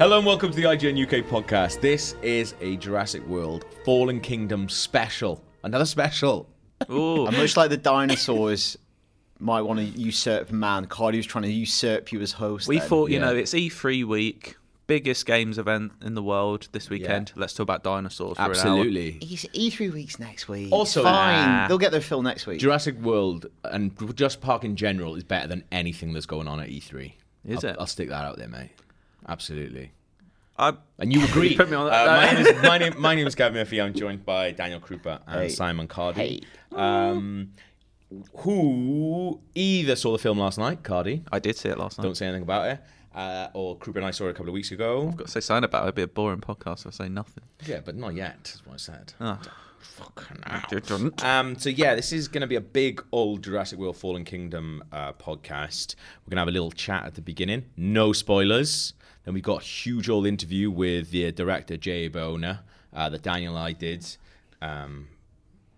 Hello and welcome to the IGN UK podcast. This is a Jurassic World Fallen Kingdom special. Another special. Ooh. And much like the dinosaurs might want to usurp mankind, he was trying to usurp you as host. We then. thought, you yeah. know, it's E3 week, biggest games event in the world this weekend. Let's talk about dinosaurs for an Absolutely. He's E3 E weeks next week. Also- fine. Nah. They'll get their fill next week. Jurassic World and just Park in general is better than anything that's going on at E3. Is I'll, it? I'll stick that out there, mate. Absolutely. hour. And you agree. put me on that. Uh, my, name is, my, name, my name is Gavin Murphy. I'm joined by Daniel Krupa and Hey. Simon Cardy. Hey. Um, who either saw the film last night, Cardy, I, I did see it last night. don't say anything about it, uh, or Krupa and I saw it a couple of weeks ago. Got to say something about it. It'd be a boring podcast if I say nothing. Yeah, but not yet, is what I said. Ah. Fucking hell. Didn't. Um, so yeah, this is going to be a big old Jurassic World Fallen Kingdom uh, podcast. We're going to have a little chat at the beginning, no spoilers. Then we've got a huge old interview with the director Jay Boner uh, that Daniel and I did. Um,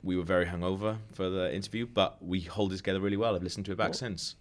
we were very hungover for the interview, but we hold it together really well. I've listened to it back since.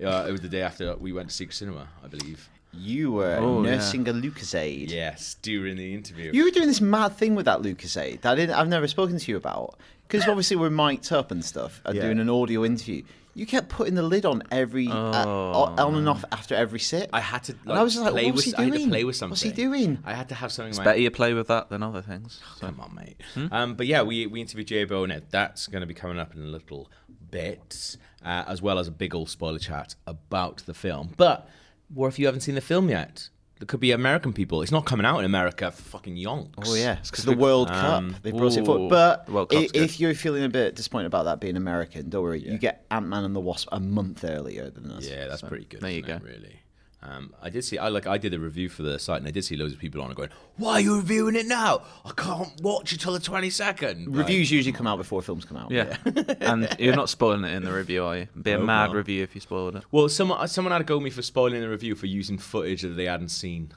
Uh, it was the day after we went to Secret Cinema, I believe. You were Oh, nursing a Lucasade. Yes, during the interview. You were doing this mad thing with that Lucasade that I didn't, I've never spoken to you about. Because obviously we're mic'd up and stuff and Yeah. doing an audio interview. You kept putting the lid on every, uh, Oh. on and off after every sip. I had to. Like, And I was just like, play what was with, he I had to doing? play with something. What's he doing? I had to have something. in my- Better you play with that than other things. So. Come on, mate. Hmm? Um, but yeah, we, we interviewed Jay Bonet. That's going to be coming up in a little bit, uh, as well as a big old spoiler chat about the film. But what if you haven't seen the film yet? It could be American people. It's not coming out in America for fucking yonks. Oh yeah, it's because the World Cup they brought it um, ooh, forward. But the World i- Cup's if, good. you're feeling a bit disappointed about that being American, don't worry. You get Ant Man and the Wasp a month earlier than us. Yeah, that's pretty good. there you isn't it, go. really. Um, I did see. I like. I did a review for the site, and I did see loads of people on it going, "Why are you reviewing it now? I can't watch it till the twenty second. Reviews usually come out before films come out. Yeah. and you're not spoiling it in the review, are you? It'd be a mad review if you spoiled it. Well, someone uh, someone had a go at me for spoiling the review for using footage that they hadn't seen.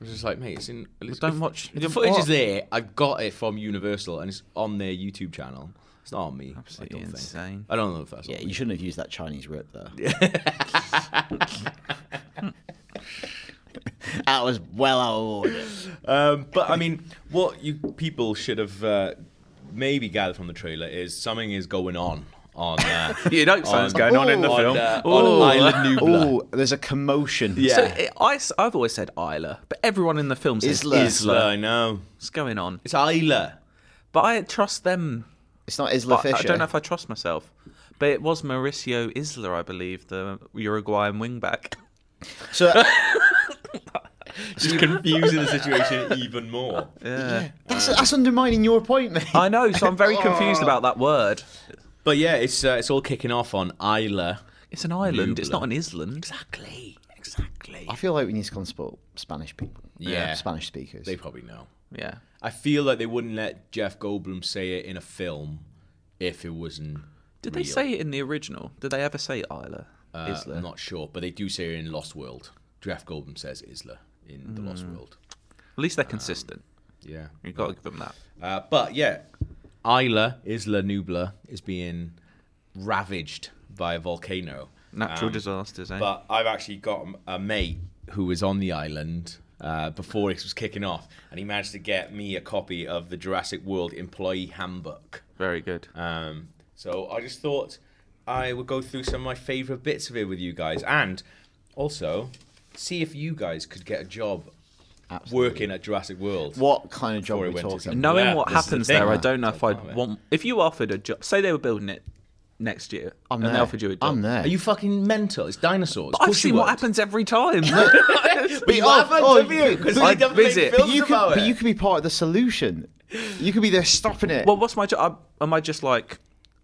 I was just like, mate, it's in. It's, don't watch- If the don't- footage is what? there. I got it from Universal, and it's on their YouTube channel. It's not on me. Absolutely I don't insane. Think. I don't know if that's. yeah. on You me. shouldn't have used that Chinese rip there. that was well out of order. Um, but I mean, what you people should have uh, maybe gathered from the trailer is something is going on on. Uh, You know something's going on in the on, film. uh, on Island Nublar. Oh, there's a commotion. Yeah. So it, I, have always said Isla, but everyone in the film says Isla. Isla. Isla, I know. What's going on? It's Isla. But I trust them. It's not But Isla uh, Fisher. I don't know if I trust myself. But it was Mauricio Isla, I believe, the Uruguayan wingback. so uh, Just confusing the situation even more. Yeah. that's, that's undermining your point, mate. I know, so I'm Oh. very confused about that word. But yeah, it's uh, it's all kicking off on Isla. It's an island, it's Nublar. not an island. Exactly. Exactly. I feel like we need to consult Spanish people. Yeah. Spanish speakers. They probably know. Yeah. I feel like they wouldn't let Jeff Goldblum say it in a film if it wasn't. Did real. they say it in the original? Did they ever say Isla? Uh, Isla? I'm not sure, but they do say it in Lost World. Jeff Goldblum says Isla in The Lost Hmm. World. At least um, they're consistent. Yeah. You've got to give them that. Uh, but yeah, Isla, Isla Nublar, is being ravaged by a volcano. Natural Um, disasters, eh? But I've actually got a mate who was on the island uh, before this was kicking off, and he managed to get me a copy of the Jurassic World employee handbook. Very good. Um, so I just thought I would go through some of my favourite bits of it with you guys, and also see if you guys could get a job Absolutely. working at Jurassic World. What kind of job Before it are we went to talking? something. Knowing Yeah, what this is the happens thing. there, I don't know if I'd Don't know it. want. If you offered a job, say they were building it next year, I'm and there. they offered you a job. I'm there. Are you fucking mental? It's dinosaurs. Of I've course you seen what would. happens every time. But you Oh, haven't, oh, have you? Because I they don't make visit. films you could, about but it. you could be part of the solution. You could be there stopping it. well, what's my job? Am I just like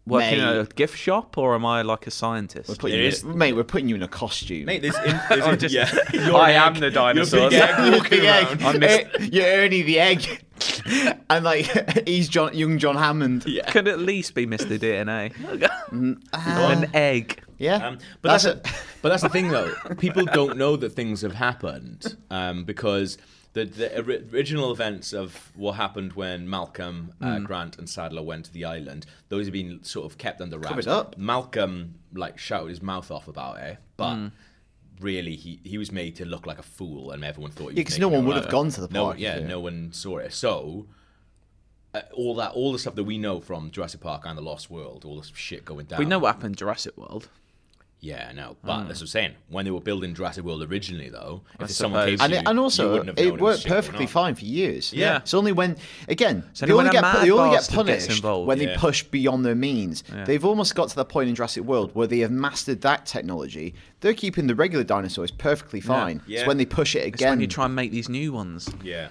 working in a Mate. gift shop, or am I like a scientist? Put you It in- is- mate, we're putting you in a costume. Mate, there's, in, there's in, Oh, just- yeah. You're I an am egg. the dinosaur. You're a big egg You're walking the egg. around. I missed- Er- You're Ernie the egg, and like he's John, young John Hammond. Yeah, Could at least be Mr. DNA. Mm. Uh, An egg. Um, but that's, a, but that's the thing though. People don't know that things have happened um, because the, the ori- original events of what happened when Malcolm, uh, Hmm. Grant, and Sadler went to the island. Those have been sort of kept under wraps. Covered up. Hmm. Malcolm like shouted his mouth off about it, but really he, he was made to look like a fool, and everyone thought he was Yeah, 'cause making no it one all would up. have gone to the No, park, yeah, yeah. no one saw it. So uh, all that, all the stuff that we know from Jurassic Park and the Lost World, all this shit going down. We know what happened in Jurassic World. Yeah, I know. But Hmm. that's what I'm saying. When they were building Jurassic World originally, though, if I someone came suppose. to And, you, it, and you also, wouldn't have known it was worked shit going perfectly on. fine for years. Yeah. It's only when, again, So they, when only a get, mad they only get bastard gets punished involved. when Yeah. they push beyond their means. They've almost got to the point in Jurassic World where they have mastered that technology. They're keeping the regular dinosaurs perfectly fine. Yeah. It's when they push it It's again. when you try and make these new ones. Yeah.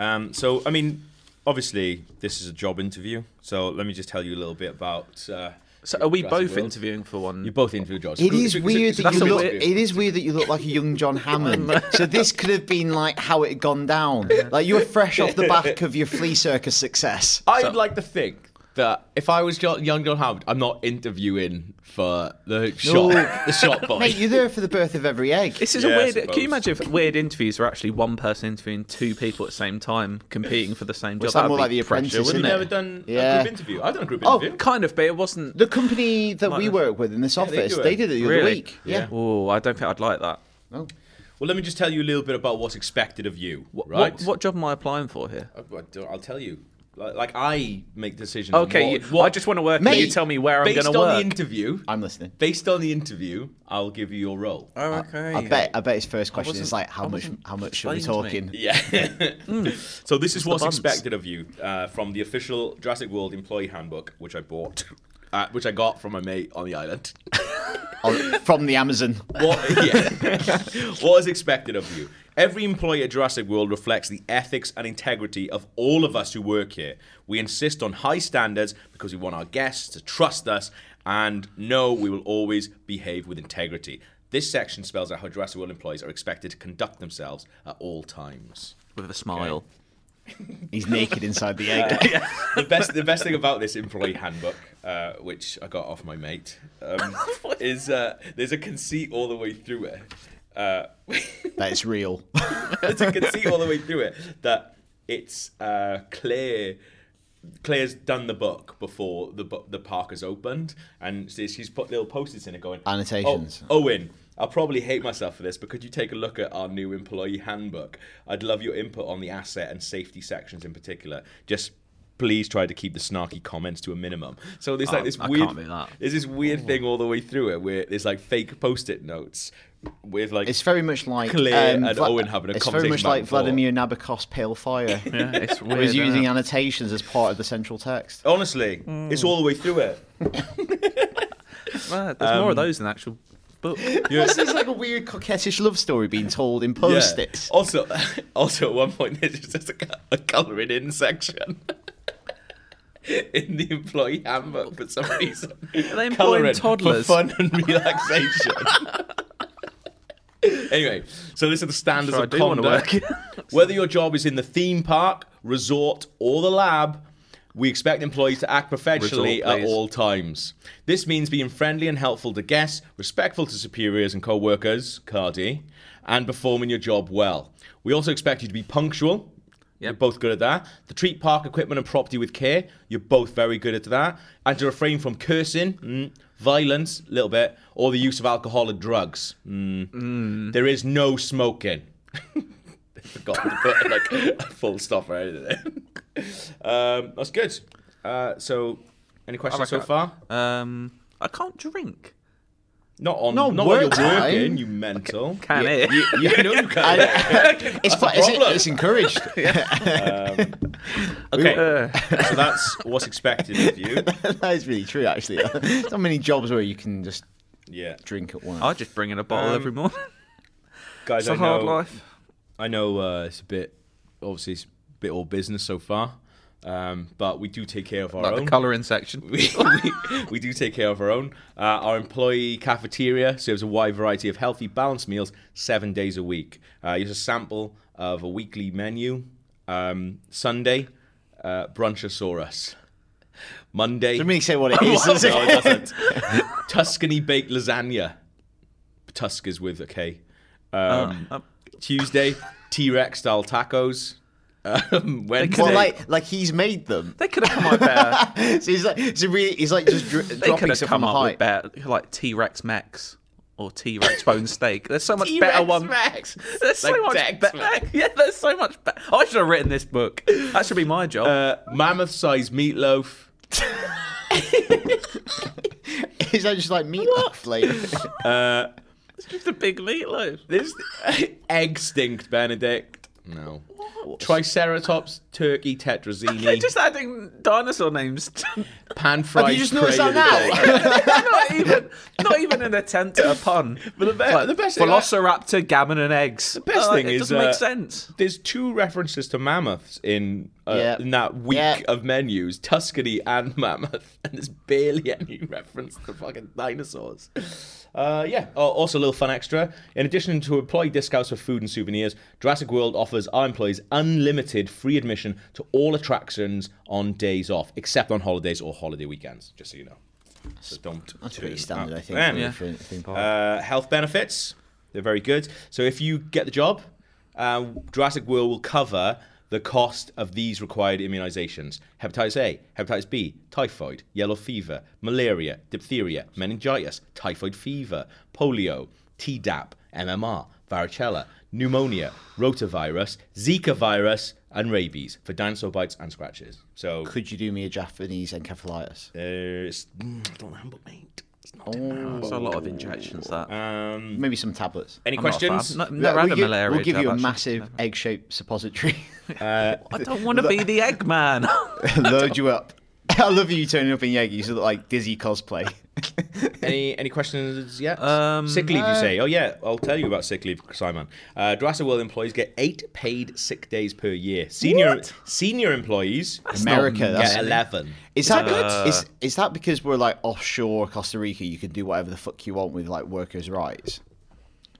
Um, so, I mean, obviously, this is a job interview. So, let me just tell you a little bit about. Uh, So are we Jurassic both World. interviewing for one? You both interview jobs. It is weird that that's you a look. weird- It is weird that you look like a young John Hammond. so this could have been like how it had gone down. Like you were fresh off the back of your flea circus success. I'd like to think that if I was John, young John Howard, I'm not interviewing for the shop, the shop boy. Mate, you're there for the birth of every egg. This is Yeah, I a weird. Can suppose. you imagine if weird interviews were actually one person interviewing two people at the same time, competing for the same job? that That'd more be like The pressure, Apprentice, You've wouldn't isn't never it? it? done a Yeah. group interview. I've done a group Oh, interview. Kind of, but it wasn't. The company that we Might- work with in this they office, do it. they did it the other Really? week. Yeah. Oh, I don't think I'd like that. Oh. Well, let me just tell you a little bit about what's expected of you. What, right. what, what job am I applying for here? I- I don't- Uh, I'll tell you. Like, like, I make decisions. on Okay, Uh, what- you- what- I just want to work. Mate, and you tell me where I'm based going to on the work. interview. I'm listening. Based on the interview, I'll give you your role. oh, okay. I bet. I bet his first question is wasn't- like, "How I much? wasn't How much are we explained to me. talking?" Yeah. Hmm. So this is what's buns? expected of you uh, from the official Jurassic World employee handbook, which I bought, uh, which I got from my mate on the island. Oh, From the Amazon. What, yeah. what is expected of you? Every employee at Jurassic World reflects the ethics and integrity of all of us who work here. We insist on high standards because we want our guests to trust us and know we will always behave with integrity. This section spells out how Jurassic World employees are expected to conduct themselves at all times. With a smile. He's naked inside the egg. the best the best thing about this employee handbook, uh, which I got off my mate, um, is uh, there's a conceit all the way through it. Uh, that is real. there's a conceit all the way through it that it's uh, clear. Claire's done the book before the bu- the park has opened, and she- she's put little post-its in it going Annotations. "Oh, Owen, I'll probably hate myself for this, but could you take a look at our new employee handbook? I'd love your input on the asset and safety sections in particular. Just please try to keep the snarky comments to a minimum. So there's like Oh, this I weird, can't do that. there's this weird thing all the way through it where there's like fake post-it notes with like It's very much like Claire um, and Owen having a It's conversation very much back like and forth. Vladimir Nabokov's Pale Fire. Yeah, it's weird. Where he's isn't using it? annotations as part of the central text. honestly, it's all the way through it. Well, there's more of those than actual book. This is like a weird coquettish love story being told in Yeah. post-its. Also, also at one point there's just a, co- a colouring in section in the employee handbook for some reason. Are they employing Colouring toddlers? for fun and relaxation? anyway, so these are the standards Sure, I of do wanna conduct. Whether your job is in the theme park, resort, or the lab. We expect employees to act professionally Resort, at please. all all times. This means being friendly and helpful to guests, respectful to superiors and co workers, Cardi, and performing your job well. We also expect you to be punctual. You're both good at that. To treat park equipment and property with care. You're both very good at that. And to refrain from cursing, mm, violence, a little bit, or the use of alcohol and drugs. Mm. There is no smoking. I forgot to put like a full stop right there. Um, that's good. Uh, so, any questions so reckon- far? Um, I can't drink. Not on Not not, while you're work time. working, you mental. Can it? You know you can. It's, Oh, fi- a it's, problem. it's encouraged. Okay, Uh, so that's what's expected of you. that is really true, actually. There's not many jobs where you can just Yeah, drink at once. I just bring in a bottle every morning. guys, Um, It's I a hard know. life. I know uh, it's a bit, obviously it's a bit all business so far, um, but we do take care of our Like own. the colouring section. we, we, we do take care of our own. Uh, our employee cafeteria serves a wide variety of healthy, balanced meals seven days a week. Uh, here's a sample of a weekly menu um, Sunday, uh, brunchosaurus. Monday. Let me say what it is. no, it doesn't. Tuscany baked lasagna. Tusk is with a K. Um, Um, Tuesday, T Rex style tacos. Um, Wednesday. well, like, like he's made them. they could have come up there. So he's like, so really, he's like just dr- They could dropping have stuff from come a up height. with better, like T Rex mechs or T Rex bone steak. There's so much T-Rex better ones. Rex. There's so Like much Tex better. Mex. Yeah, there's so much better. I should have written this book. That should be my job. Uh, mammoth sized meatloaf. Is that just like meatloaf? Like, Just a big meatloaf. This egg stinked Benedict. No. Triceratops, turkey They're tetrazini, just adding dinosaur names. to- pan fried. you just noticed that Crayon now? Dog. not even, not even an attempt at a pun. But the be- the best thing- Velociraptor, gammon, and eggs. The best thing it is, doesn't uh, make sense. There's two references to mammoths in uh, Yeah. in that week Yeah. of menus: Tuscany and mammoth, and there's barely any reference to fucking dinosaurs. Uh, yeah. Oh, also, a little fun extra: in addition to employee discounts for food and souvenirs, Jurassic World offers our employees unlimited free admission to all attractions on days off, except on holidays or holiday weekends. Just so you know. So don't. that's turn pretty standard, up I think. then. for- Yeah. for a theme park. Uh, health benefits, they're very good. So if you get the job, uh, Jurassic World will cover the cost of these required immunizations hepatitis A, hepatitis B, typhoid, yellow fever, malaria, diphtheria, meningitis, typhoid fever, polio, Tdap, MMR, varicella, pneumonia, rotavirus, Zika virus, and rabies for dinosaur bites and scratches. So Could you do me a Japanese encephalitis? there's. Mm, I don't remember, mate. It's not in there. That's a lot of injections. Uh, That Um, Mm. Maybe some tablets. any I'm not a fan. questions? No- Yeah, never had we'll, a gi- malaria we'll give jab, you a actually. massive egg-shaped suppository. I don't want to be the Eggman. Load you up. I love you turning up in Yeggies look like dizzy cosplay. Any any questions yet? Um, sick leave, you say? Oh yeah, I'll tell you about sick leave, Simon. Uh, Jurassic World employees get eight paid sick days per year. Senior What? senior employees America, that's get eleven. Is that Uh, good? Is is that because we're like offshore Costa Rica? You can do whatever the fuck you want with like workers' rights.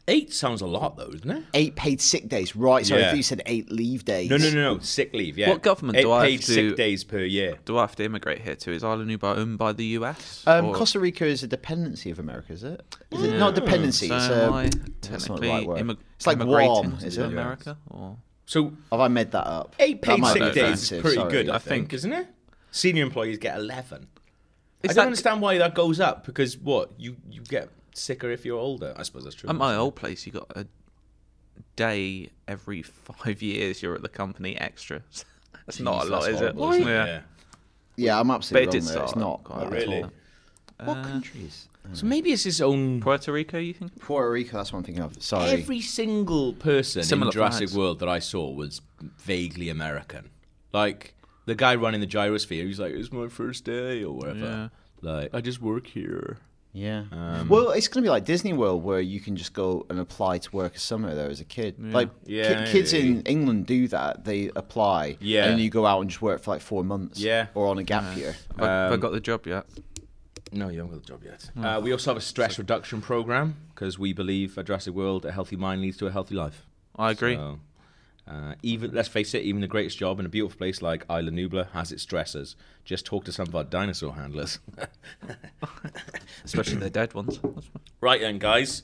Eight sounds a lot though, doesn't it? Eight paid sick days, right? Sorry, I Yeah. thought you said eight leave days. No, no, no, no. Sick leave. Yeah. What government eight do I have paid to- sick days per year? Do I have to immigrate here to? Is Island Uba owned by the US? Um, Or- Costa Rica is a dependency of America, is it? Is Mm. it not a dependency? so it's um, am I a, that's not the technically right word. immig- it's like immigrating warm, to is it? America? Or So Have I made that up? eight That paid might sick be days is offensive, pretty sorry. good, I I think, think. isn't it? Senior employees get eleven. I Is don't that- understand why that goes up because what you you get sicker if you're older. I suppose that's true. at my old place, you got a day every five years. You're at the company extra. That's not a Jeez, lot, that's is it? horrible, isn't Yeah. yeah. Yeah, I'm absolutely But it wrong did there. It's start not. quite that at Really? Uh, all. what countries? So maybe it's his own. Puerto Rico, you think? Puerto Rico. That's what I'm thinking of. Sorry. Every single person Similar in Jurassic flags. World that I saw was vaguely American. Like the guy running the gyrosphere, he's like, "It's my first day" or whatever. Like, I just work here. Yeah. Um, well, it's going to be like Disney World, where you can just go and apply to work a summer there as a kid. Like ki- Yeah. kids in England do that; they apply, Yeah. and you go out and just work for like four months, Yeah. or on a gap year. Have, I, have I got the job yet? No, you haven't got the job yet. Uh, we also have a stress reduction program because we believe at Jurassic World, a healthy mind leads to a healthy life. I agree. So, uh, even let's face it, even the greatest job in a beautiful place like Isla Nubla has its stressors. Just talk to some of our dinosaur handlers. Especially the dead ones. right then, guys.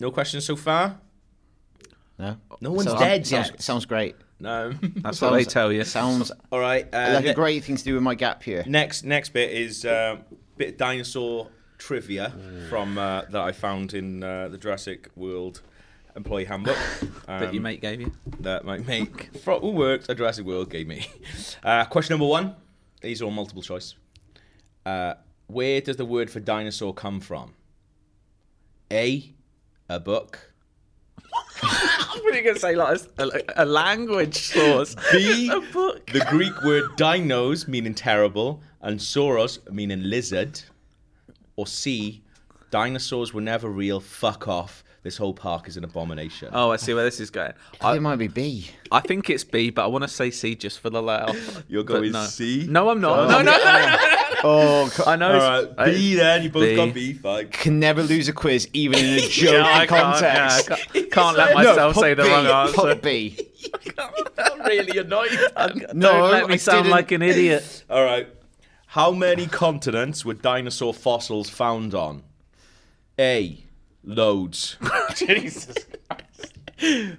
No questions so far. No, No one's Sounds- dead sounds, yet. Sounds great. No. That's what they Sounds- tell you. Sounds All right. Uh, like ne- a great thing to do with my gap year. next next bit is uh, bit of dinosaur trivia from uh, that I found in uh, the Jurassic World employee handbook that your um, mate gave you. that my mate from who worked at Jurassic World gave me. Uh, question number one. These are all multiple choice. Uh, where does the word for dinosaur come from? A, a book. I'm really going to say like a, a language source. B, a book. the Greek word dinos meaning terrible and sauros meaning lizard. Or C, dinosaurs were never real. Fuck off. This whole park is an abomination. Oh, I see where this is going. I think it might be B. I think it's B, but I want to say C just for the layoff. You're But going no. C? No, I'm not. No, no, no. Oh, c- I know. All it's- right, B then. You both B. got B. Fine. can never lose a quiz, even in a joke Yeah, I can't, yeah, I context. can't, can't let No, myself put say the B, wrong answer. Put B. Uh, I'm really annoyed. No, Don't let me I sound didn't- like an idiot. All right. How many continents were dinosaur fossils found on? A. Loads. Jesus Christ.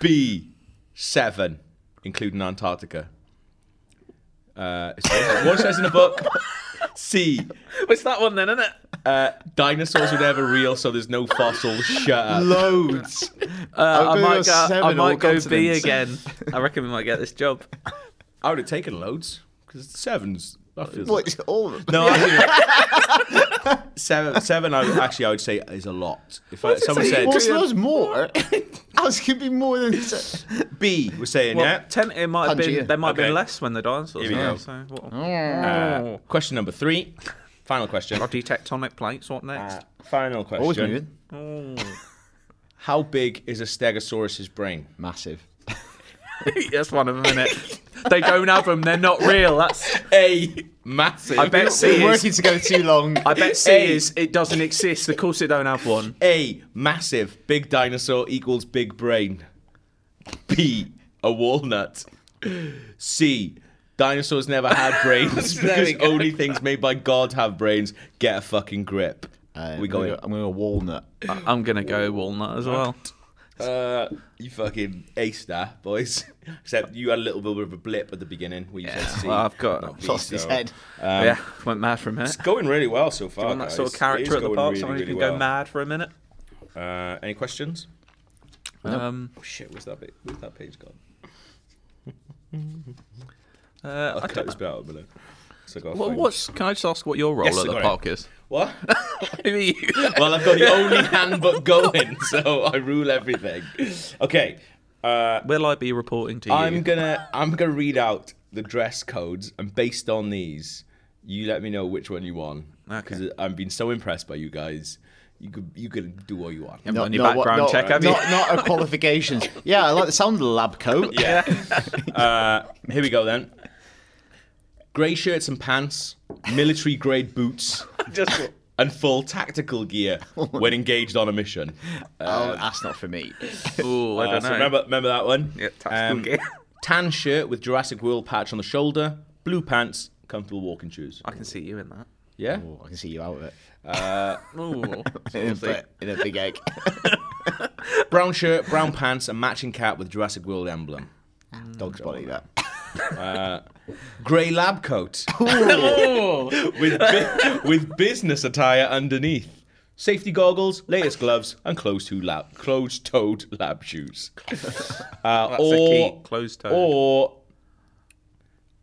B. Seven, including Antarctica. Uh, it's- one says in the book. C. What's that one then, isn't it? Uh, dinosaurs were never real, so there's no fossils. Shut up. Loads. I'm Uh, I might go, gonna go seven I all might go B continents. again. I reckon we might get this job. I would have taken loads because sevens. That feels What, all of them? No, I- seven. Seven. I would, actually, I would say is a lot. If I, someone said What's those more? I was going to be more than. B, we're saying Well, yeah. ten, it might have Pangea. been there might have Okay. been less when the dinosaurs. Here we were, go. So what, Uh, Oh. question number three. Final question. bloody tectonic plates. What next? Uh, final question. Always moving. How big is a stegosaurus's brain? Massive. That's one of them, innit? they don't have them. They're not real. That's. A massive. I bet We're C is. working together too long. I bet C Hey. is. It doesn't exist. Of course, it don't have one. A massive big dinosaur equals big brain. B a walnut. C dinosaurs never had brains There we because go. only things made by God have brains. Get a fucking grip. Uh, we I'm gonna going. go- I'm going to walnut. I- I'm gonna go walnut as well. Uh, you fucking aced that, boys. Except you had a little bit of a blip at the beginning where you Yeah, said C. well, I've got- not B, Lost his so, head. um, yeah, went mad for a minute. It's going really well so far. on that guys. sort of It is character at the going park, really, someone who really can go well. mad for a minute. Uh, any questions? Um, Oh shit, where's that, bit- where's that page gone? uh, I'll I cut don't this bit out a minute. So I gotta What, find- what's? Can I just ask what your role Yes, at the go park is? What? Who are you? well, I've got the only handbook going, so I rule everything. Okay, uh, Will I be reporting to you? I'm gonna I'm gonna read out the dress codes, and based on these, you let me know which one you want. Okay. Because I've been so impressed by you guys. You could you can do what uh, you want. Not any background check, have you? Not, not a qualifications. yeah, I like the sound of the lab coat. Yeah. uh, here we go then. Grey shirts and pants, military grade boots, just. and full tactical gear when engaged on a mission. Oh, that's not for me. Ooh, I Uh, don't so know. remember, remember that one? Um, Yeah, tactical gear. Tan shirt with Jurassic World patch on the shoulder, blue pants, comfortable walking shoes. I can see you in that. Yeah? Oh, I can see you out of it. Ooh. In a, in a big egg. Brown shirt, brown pants, and matching cap with Jurassic World emblem. Dog's body, that. Grey lab coat Oh. with, bu- with business attire underneath. Safety goggles, latest gloves, and closed-toed lab, closed-toed lab shoes. Uh, That's a key. Closed toe. Or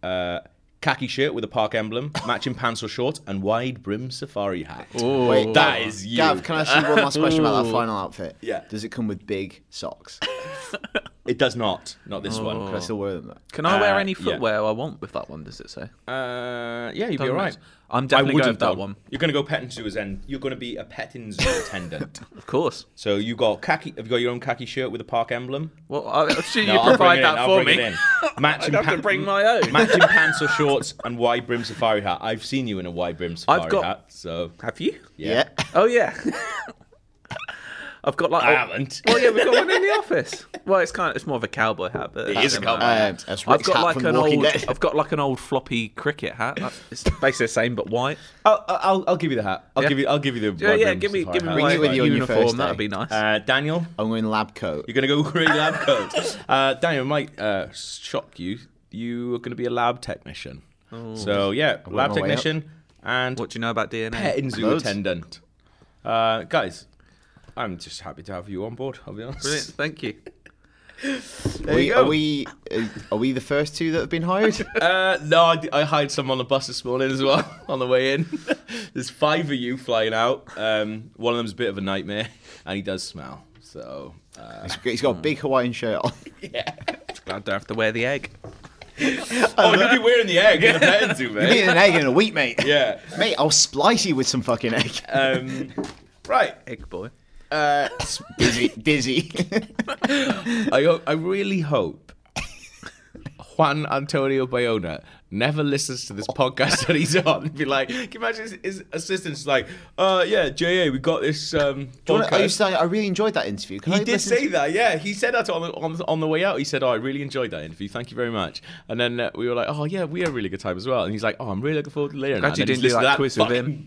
uh, khaki shirt with a park emblem, matching pants or shorts, and wide brim safari hat. Wait, that is you. Gav, can I ask you one last question about that Ooh. final outfit? Yeah. Does it come with big socks? Can It does not. Not this one. Oh. I still wear them? Though? Can I wear Uh, any yeah. footwear I want with that one? Does it say? Uh, yeah, you'd be Doesn't all right. it? I'm I definitely would going have with that done. one. You're going to go petting zoo as end. You're going to be a petting zoo attendant. Of course. So you got khaki. Have you got your own khaki shirt with a park emblem? Well, I assume No, you I'll bring provide it in, that I'll for bring me. it in. Matching I'd have to pant- bring my own. Matching pants or shorts and wide brim safari hat. I've seen you in a wide brim safari got- hat. So Have you? yeah, Oh yeah. I've got like. I oh- haven't. Well, yeah, we've got one in the office. Well, it's kind of it's more of a cowboy hat, but it is a cowboy Uh, that's I've Rick's got hat like from an Walking old, Dead. I've got like an old floppy cricket hat. That's- It's basically the same but white. I'll, I'll, I'll give you the hat. I'll Yeah. give you. I'll give you the. Yeah, wide yeah. brim Give me, safari give me hat. my uh, it with you on your uniform. first That'd be day. nice. Uh, Daniel, I'm wearing lab coat. you're gonna go grey lab coat. Uh, Daniel might uh, shock you. You are gonna be a lab technician. So yeah, lab Oh. my way up. technician and what do you know about DNA? petting zoo Loads. attendant. Uh, guys, I'm just happy to have you on board. I'll be honest. Brilliant. Thank you. are, we, you are go. we uh, are we the first two that have been hired? Uh, no, I, d- I hired some on the bus this morning as well on the way in. There's five of you flying out. Um, one of them's a bit of a nightmare, and he does smell. So uh, He's got- He's got a big Hawaiian shirt on. yeah. Glad I don't have to wear the egg. Oh, you'll be wearing the egg in the bed too, You need mate. an egg in a week, mate. Yeah. Mate, I'll splice you with some fucking egg. Um, right. Egg boy. Uh, Dizzy, dizzy. I ho- I really hope Juan Antonio Bayona never listens to this podcast that he's on and be like, can you imagine his, his assistant's like, uh, yeah, JA, we got this. Um, Do you wanna- I, podcast." used to- I really enjoyed that interview. Can I He did listen to- say that, yeah. He said that on the, on, the- on the way out. He said, "Oh, I really enjoyed that interview. Thank you very much." And then uh, we were like, "Oh yeah, we had a really good time as well." And he's like, "Oh, I'm really looking forward to later." Glad you didn't do that quiz with him.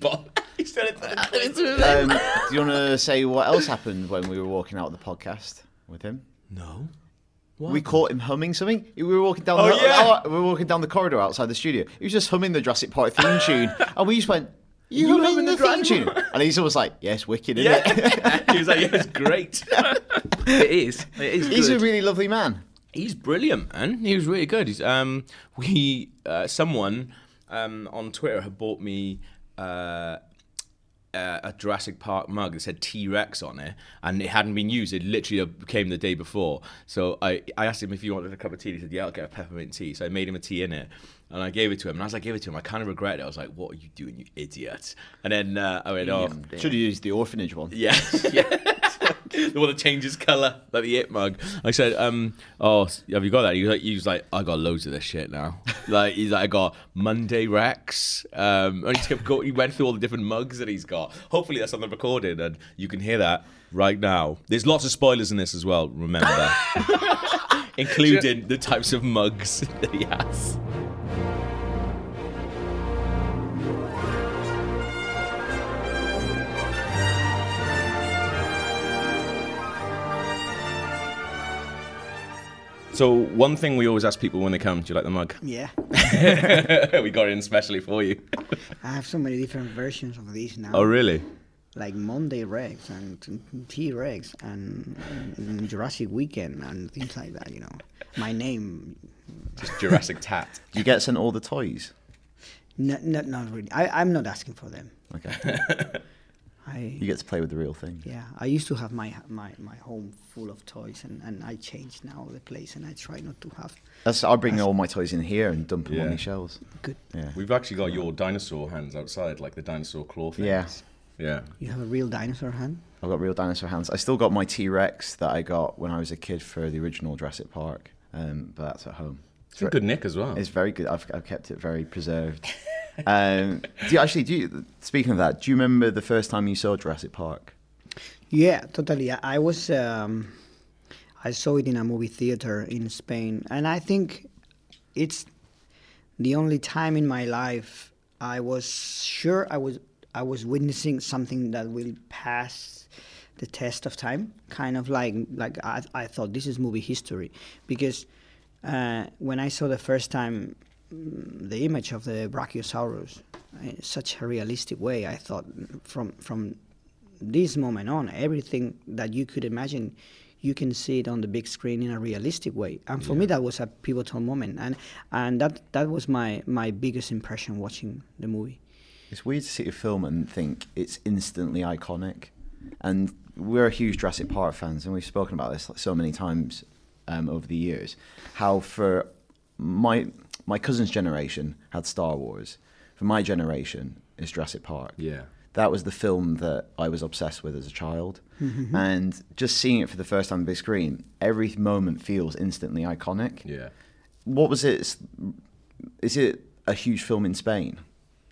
he said it. to- it's with him. Um, do you want to say what else happened when we were walking out of the podcast with him? no. We caught him humming something. We were walking down. Oh, the, yeah. our- we were walking down the corridor outside the studio. He was just humming the Jurassic Park theme tune, and we just went, "You, humming, the, theme Jurassic tune?" And he's always like, "Yes, wicked, isn't it?" Yeah. he was like, yeah, it's great. It is. It is. He's a good. really lovely man. He's brilliant, man. He was really good. He's um we uh, someone um on Twitter had bought me uh a a Jurassic Park mug that said T Rex on it, and it hadn't been used. It literally came the day before. So I, I asked him if he wanted a cup of tea. and He said, "Yeah, I'll get a peppermint tea." So I made him a tea in it, and I gave it to him. And as I gave it to him, I kind of regretted it. I was like, "What are you doing, you idiot?" And then uh, I went, "Oh, Should have used the orphanage one. yeah. the one that changes colour, like the it mug. I said, um, oh, s- have you got that? He was like, he was like I got loads of this shit now. Like he's like, I got Monday Rex. Um, and he, kept go- he went through all the different mugs that he's got. Hopefully that's on the recording, and you can hear that right now. There's lots of spoilers in this as well. Remember, including the types of mugs that he has. So one thing we always ask people when they come, do you like the mug? Yeah, we got it in specially for you. I have so many different versions of these now. Oh really? Like Monday Rex and T Rex and um, Jurassic Weekend and things like that, you know. My name, Just Jurassic Tat. You get sent all the toys. not, not, not really. I, I'm not asking for them. Okay, I, you get to play with the real thing. yeah, I used to have my, my, my home full of toys and, and I changed now the place and I try not to have That's, I'll bring all my toys in here and dump them Yeah. on these shelves. good. Yeah, We've actually got your dinosaur hands outside, like the dinosaur claw thing. yeah. Yeah. You have a real dinosaur hand? I've got real dinosaur hands. I still got my T Rex that I got when I was a kid for the original Jurassic Park, um, but that's at home. It's a good nick as well. It's very good. I've, I've kept it very preserved. um, do you, actually, do you, speaking of that, do you remember the first time you saw Jurassic Park? Yeah, totally. I, I was, um, I saw it in a movie theater in Spain, and I think it's the only time in my life I was sure I was I was witnessing something that will pass the test of time. Kind of like like I, I thought this is movie history because uh, when I saw the first time mm, the image of the Brachiosaurus in such a realistic way, I thought mm, from from this moment on, everything that you could imagine, you can see it on the big screen in a realistic way. And for me, that was a pivotal moment, and and that that was my my biggest impression watching the movie. It's weird to see a film and think it's instantly iconic. And we're huge Jurassic Park fans, and we've spoken about this like, so many times um, over the years. How for my my cousin's generation had Star Wars, for my generation is Jurassic Park. Yeah. that was the film that I was obsessed with as a child. And just seeing it for the first time on the big screen, every moment feels instantly iconic. yeah. What was it? Is it a huge film in Spain?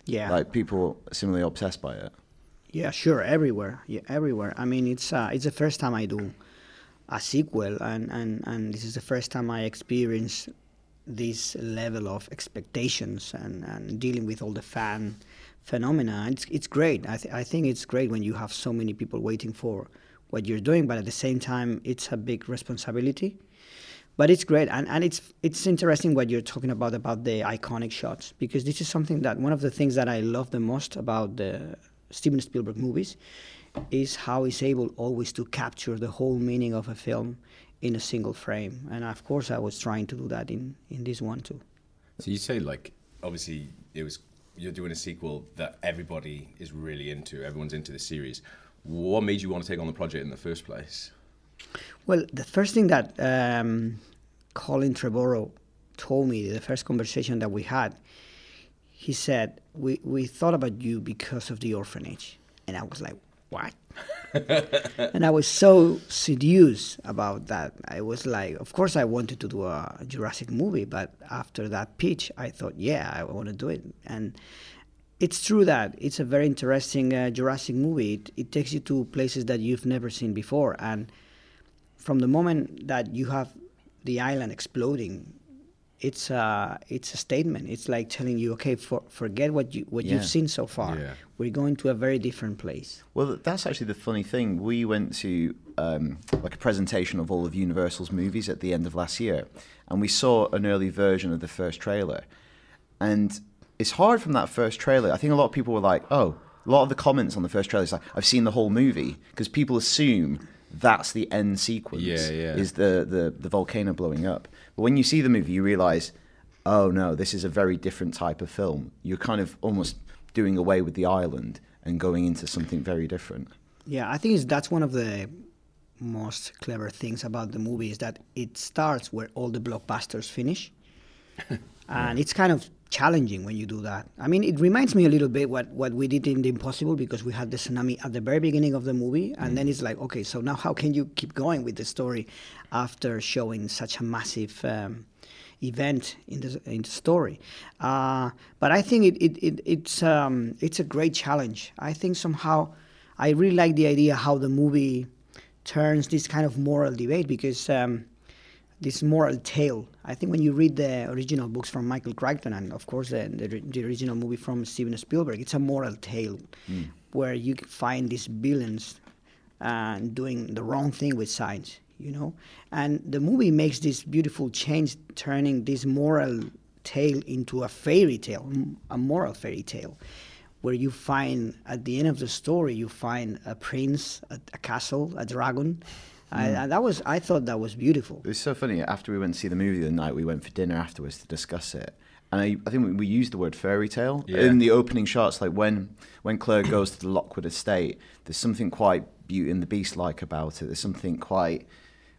Yeah, Like people similarly obsessed by it? yeah, sure, everywhere, yeah, everywhere. I mean, it's uh, it's the first time I do a sequel, and and and this is the first time I experience this level of expectations and and dealing with all the fan phenomena. It's it's great. I th- I think it's great when you have so many people waiting for what you're doing, but at the same time, it's a big responsibility. But it's great, and, and it's it's interesting what you're talking about about the iconic shots because this is something that one of the things that I love the most about the Steven Spielberg movies is how he's able always to capture the whole meaning of a film in a single frame, and of course I was trying to do that in in this one too. So you say like obviously it was you're doing a sequel that everybody is really into. Everyone's into the series. What made you want to take on the project in the first place? Well, the first thing that um, Colin Trevorrow told me, the first conversation that we had, he said, we, we thought about you because of the orphanage. And I was like, what? and I was so seduced about that. I was like, of course, I wanted to do a Jurassic movie, but after that pitch, I thought, yeah, I want to do it. And it's true that it's a very interesting uh, Jurassic movie. It, it takes you to places that you've never seen before. And from the moment that you have the island exploding it's a it's a statement. It's like telling you, okay, for, forget what you what Yeah. you've seen so far. Yeah. We're going to a very different place. Well, th- that's actually the funny thing. We went to um, like a presentation of all of Universal's movies at the end of last year, and we saw an early version of the first trailer. And it's hard from that first trailer. I think a lot of people were like, "Oh." A lot of the comments on the first trailer is like, "I've seen the whole movie," because people assume that's the end sequence. Yeah, yeah. Is the, the the volcano blowing up? But when you see the movie, you realize, "Oh no, this is a very different type of film." You're kind of almost doing away with the island and going into something very different. Yeah, I think it's, that's one of the most clever things about the movie is that it starts where all the blockbusters finish, and it's kind of challenging when you do that. I mean, it reminds me a little bit what what we did in The Impossible because we had the tsunami at the very beginning of the movie, and then it's like, okay, so now how can you keep going with the story after showing such a massive? Um, event in the in the story. Uh, but I think it, it, it it's um, it's a great challenge. I think somehow I really like the idea how the movie turns this kind of moral debate because um, this moral tale. I think when you read the original books from Michael Crichton and of course the the, the original movie from Steven Spielberg, it's a moral tale where you find these villains and doing the wrong thing with science, you know. And the movie makes this beautiful change, turning this moral tale into a fairy tale, m- a moral fairy tale, where you find at the end of the story you find a prince, a, a castle, a dragon. I, I- that was I thought that was beautiful. It was so funny. After we went to see the movie the night, we went for dinner afterwards to discuss it. And I, I think we, we used the word fairy tale Yeah. in the opening shots. Like when when Claire goes to the Lockwood Estate, there's something quite Beauty and the Beast like about it. There's something quite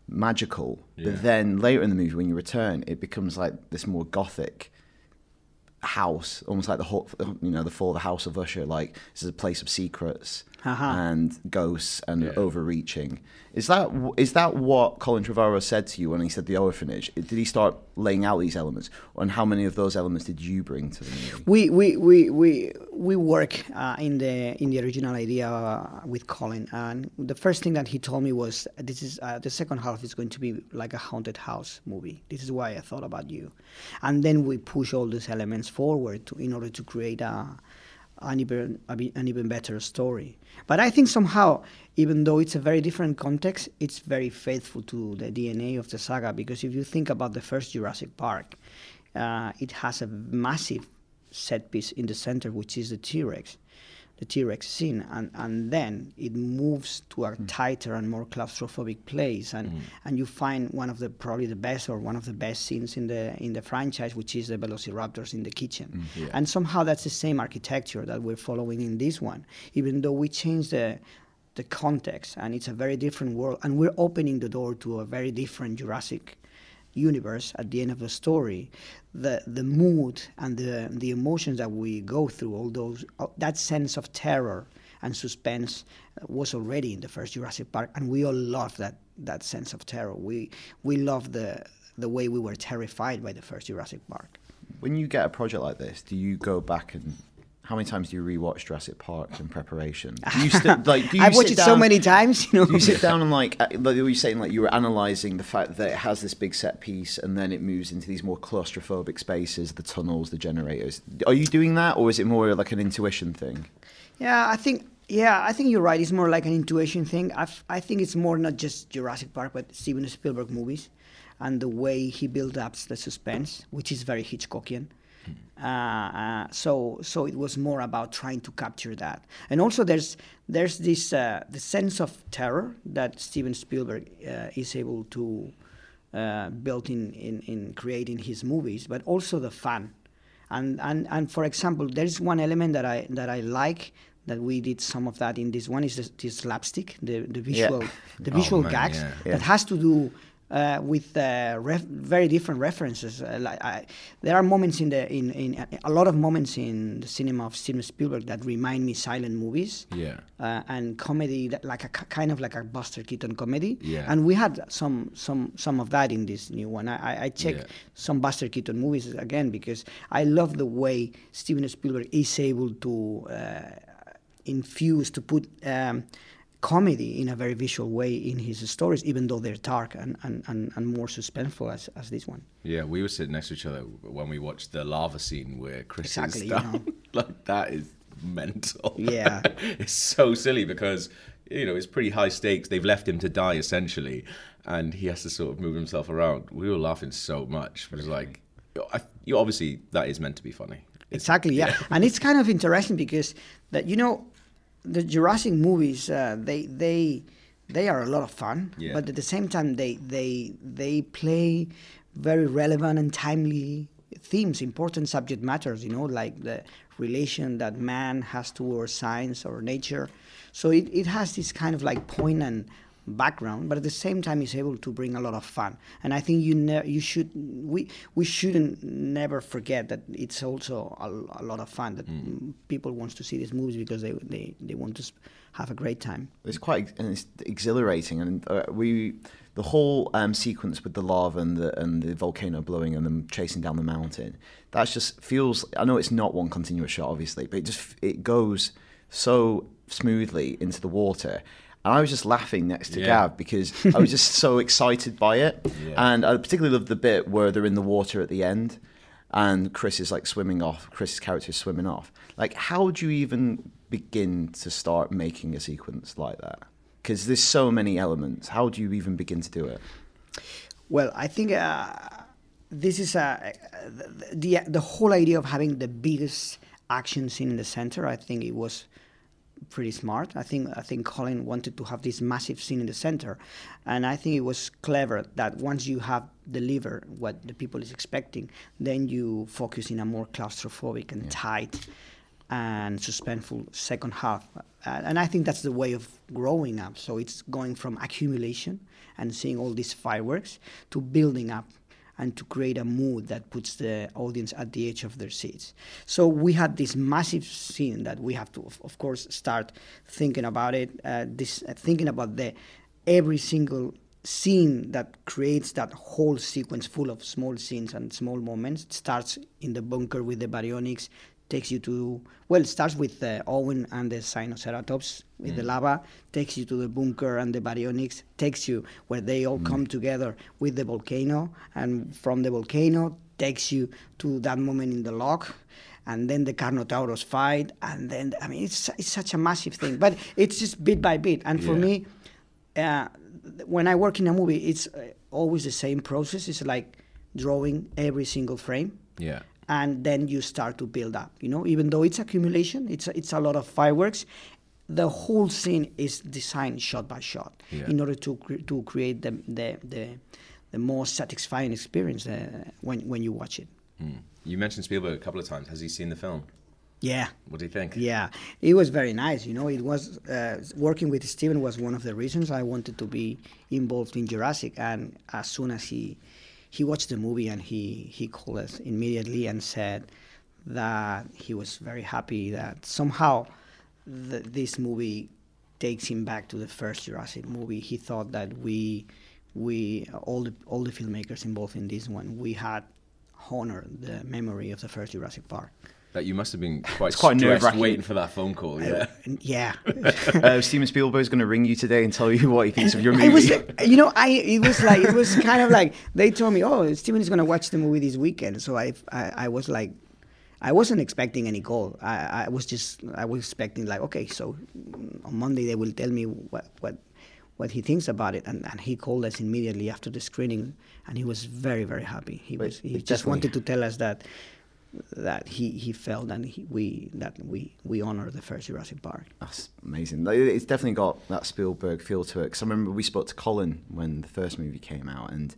magical. Yeah. But then later in the movie, when you return, it becomes like this more gothic house, almost like the whole, you know, the fall of the House of Usher. Like this is a place of secrets Aha. and ghosts and Yeah. overreaching. Is that is that what Colin Trevorrow said to you when he said the orphanage? Did he start laying out these elements, and how many of those elements did you bring to the movie? we we we we we work uh, in the in the original idea uh, with Colin, and the first thing that he told me was this is uh, the second half is going to be like a haunted house movie. This is why I thought about you, and then we push all these elements forward to, in order to create a. An even, a bit- an even better story. But I think somehow, even though it's a very different context, it's very faithful to the DNA of the saga because if you think about the first Jurassic Park, uh, it has a massive set piece in the center, which is the T Rex, the T Rex scene, and, and then it moves to a tighter and more claustrophobic place, and, and you find one of the probably the best or one of the best scenes in the in the franchise, which is the Velociraptors in the kitchen, and somehow that's the same architecture that we're following in this one, even though we change the the context and it's a very different world, and we're opening the door to a very different Jurassic universe at the end of the story the the mood and the the emotions that we go through all those uh, that sense of terror and suspense uh, was already in the first Jurassic Park and we all love that that sense of terror we we love the the way we were terrified by the first Jurassic Park When you get a project like this, do you go back and how many times do you rewatch Jurassic Park in preparation? Do you st- like, do you I've watched sit it so down- many times you know Do you sit down and like, uh, like you were saying, like you were analysing the fact that it has this big set piece and then it moves into these more claustrophobic spaces, the tunnels, the generators. Are you doing that, or is it more like an intuition thing? Yeah, I think yeah, I think you're right. It's more like an intuition thing. i I think it's more not just Jurassic Park, but Steven Spielberg movies, and the way he builds up the suspense, which is very Hitchcockian. Uh, uh, so so it was more about trying to capture that, and also there's there's this uh, the sense of terror that Steven Spielberg uh, is able to uh, build in, in in creating his movies, but also the fun and and and for example there is one element that i that i like that we did some of that in this one is the, the slapstick the the visual the Oh, visual man, gags yeah. that has to do uh, with uh, ref- very different references, uh, like I, there are moments in the in, in a lot of moments in the cinema of Steven Spielberg that remind me silent movies Yeah. uh, and comedy, that, like a k- kind of like a Buster Keaton comedy. Yeah. And we had some some some of that in this new one. I, I- I checked Yeah. some Buster Keaton movies again because I love the way Steven Spielberg is able to uh, infuse to put um, comedy in a very visual way in his stories, even though they're dark and, and, and, and more suspenseful as, as this one. Yeah, we were sitting next to each other when we watched the lava scene where Chris Exactly, is you down. know. like that is mental. Yeah. it's so silly because you know it's pretty high stakes. They've left him to die essentially, and he has to sort of move himself around. We were laughing so much, but it's like, I, you obviously that is meant to be funny. It's- Exactly, yeah. and it's kind of interesting because that you know, the Jurassic movies uh, they they they are a lot of fun, Yeah. but at the same time they they they play very relevant and timely themes, important subject matters. You know, like the relation that man has towards science or nature. So it, it has this kind of like poignant background, but at the same time is able to bring a lot of fun. And I think you ne- you should we we shouldn't never forget that it's also a, l- a lot of fun that mm. people want to see these movies because they they, they want to sp- have a great time. It's quite ex- and it's exhilarating, and uh, we the whole um, sequence with the lava and the and the volcano blowing and them chasing down the mountain. That's just feels. I know it's not one continuous shot, obviously, but it just it goes so smoothly into the water. And I was just laughing next to Yeah. Gav because I was just so excited by it, Yeah. and I particularly loved the bit where they're in the water at the end. And Chris is like swimming off. Chris's character is swimming off. Like, how do you even begin to start making a sequence like that? Because there's so many elements. How do you even begin to do it? Well, I think uh, this is a, the the whole idea of having the biggest action scene in the center. I think it was pretty smart. I think I think Colin wanted to have this massive scene in the center, and I think it was clever that once you have delivered what the people is expecting, then you focus in a more claustrophobic and tight and suspenseful second half. Uh, and I think that's the way of growing up. So it's going from accumulation and seeing all these fireworks to building up and to create a mood that puts the audience at the edge of their seats. So we had this massive scene that we have to, of, of course, start thinking about it. Uh, this uh, thinking about the every single scene that creates that whole sequence full of small scenes and small moments. It starts in the bunker with the baryonyx, takes you to well, it starts with uh, Owen and the Sinoceratops with the lava, takes you to the bunker and the baryonyx, takes you where they all come together with the volcano, and from the volcano takes you to that moment in the lock, and then the Carnotaurus fight, and then I mean it's it's such a massive thing, but it's just bit by bit, and for Yeah. me uh, th- when I work in a movie, it's uh, always the same process. It's like drawing every single frame, yeah. and then you start to build up. You know, even though it's accumulation, it's a, it's a lot of fireworks. The whole scene is designed shot by shot Yeah. in order to cre- to create the the the, the most satisfying experience uh, when when you watch it. mm. You mentioned Spielberg a couple of times. Has he seen the film? Yeah. What do you think? Yeah, it was very nice. You know, it was uh, working with Steven was one of the reasons I wanted to be involved in Jurassic. And as soon as he he watched the movie and he he called us immediately and said that he was very happy that somehow th- this movie takes him back to the first Jurassic movie. He thought that we we all the all the filmmakers involved in this one we had honored the memory of the first Jurassic Park. That you must have been quite, It's quite stressed nerve-wracking. waiting for that phone call. Yeah. And yeah, uh, Steven Spielberg's going to ring you today and tell you what he thinks of your movie. It was, you know, I it was like it was kind of like they told me, oh, Steven is gonna watch the movie this weekend. So I, I, I was like, I wasn't expecting any call. I, I was just, I was expecting like, okay, so mm, on Monday they will tell me what what what he thinks about it, and, and he called us immediately after the screening, and he was very very happy. He But was, he it just definitely- wanted to tell us that that he he felt and he, we that we we honor the first Jurassic Park. That's amazing. Like, It's definitely got that Spielberg feel to it. Because I remember we spoke to Colin when the first movie came out, and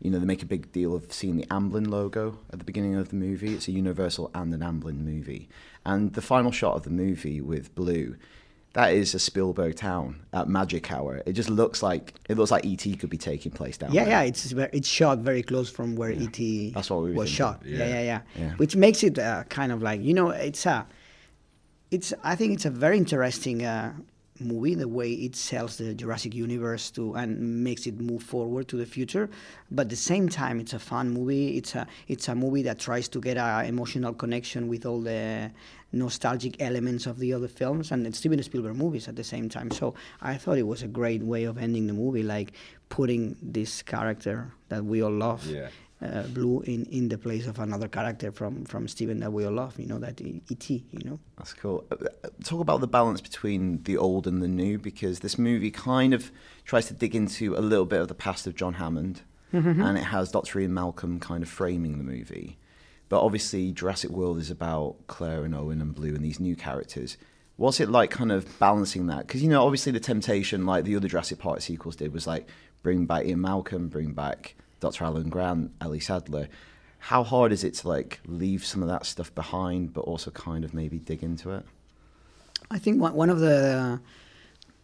you know they make a big deal of seeing the Amblin logo at the beginning of the movie. It's a Universal and an Amblin movie, and the final shot of the movie with blue. That is a Spielberg town at magic hour. It just looks like it looks like ET could be taking place down Yeah, there. yeah, it's ver- it's shot very close from where ET That's what we were was thinking. shot. Yeah. Yeah, yeah, Yeah. Which makes it uh, kind of like you know, it's a, it's I think it's a very interesting uh, movie, the way it sells the Jurassic universe to and makes it move forward to the future. But at the same time, it's a fun movie. It's a it's a movie that tries to get an emotional connection with all the nostalgic elements of the other films and it's Steven Spielberg movies at the same time. So I thought it was a great way of ending the movie, like putting this character that we all love. Yeah. Uh, blue in, in the place of another character from from Steven that we all love, you know, that ET, you know. That's cool. Uh, uh, Talk about the balance between the old and the new because this movie kind of tries to dig into a little bit of the past of John Hammond and it has Dr. Ian Malcolm kind of framing the movie. But obviously, Jurassic World is about Claire and Owen and Blue and these new characters. What's it like kind of balancing that? Because, you know, obviously the temptation, like the other Jurassic Park sequels did, was like bring back Ian Malcolm, bring back Dr. Alan Grant, Ellie Sadler how hard is it to like leave some of that stuff behind but also kind of maybe dig into it I think one, one of the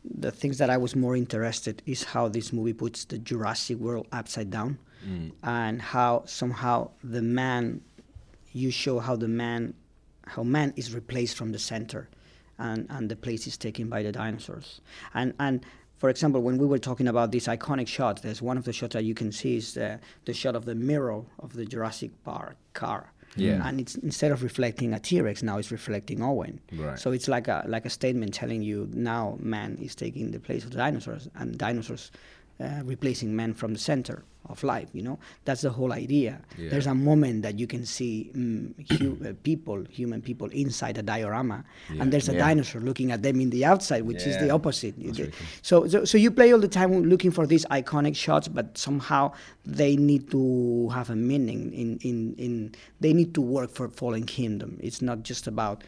the things that I was more interested is how this movie puts the Jurassic World upside down, and how somehow the man you show how the man how man is replaced from the center, and and the place is taken by the dinosaurs, and and. For example, when we were talking about this iconic shot, there's one of the shots that you can see is the, the shot of the mirror of the Jurassic Park car. Yeah. And it's instead of reflecting a T-Rex, now it's reflecting Owen. Right. So it's like a like a statement telling you now man is taking the place of the dinosaurs and dinosaurs uh, replacing man from the center of life. You know that's the whole idea. Yeah. There's a moment that you can see mm, hu- uh, people, human people, inside a diorama, and there's a Yeah. dinosaur looking at them in the outside, which is the Yeah. opposite. You get- So, so so you play all the time looking for these iconic shots, but somehow they need to have a meaning. In in in they need to work for Fallen Kingdom. It's not just about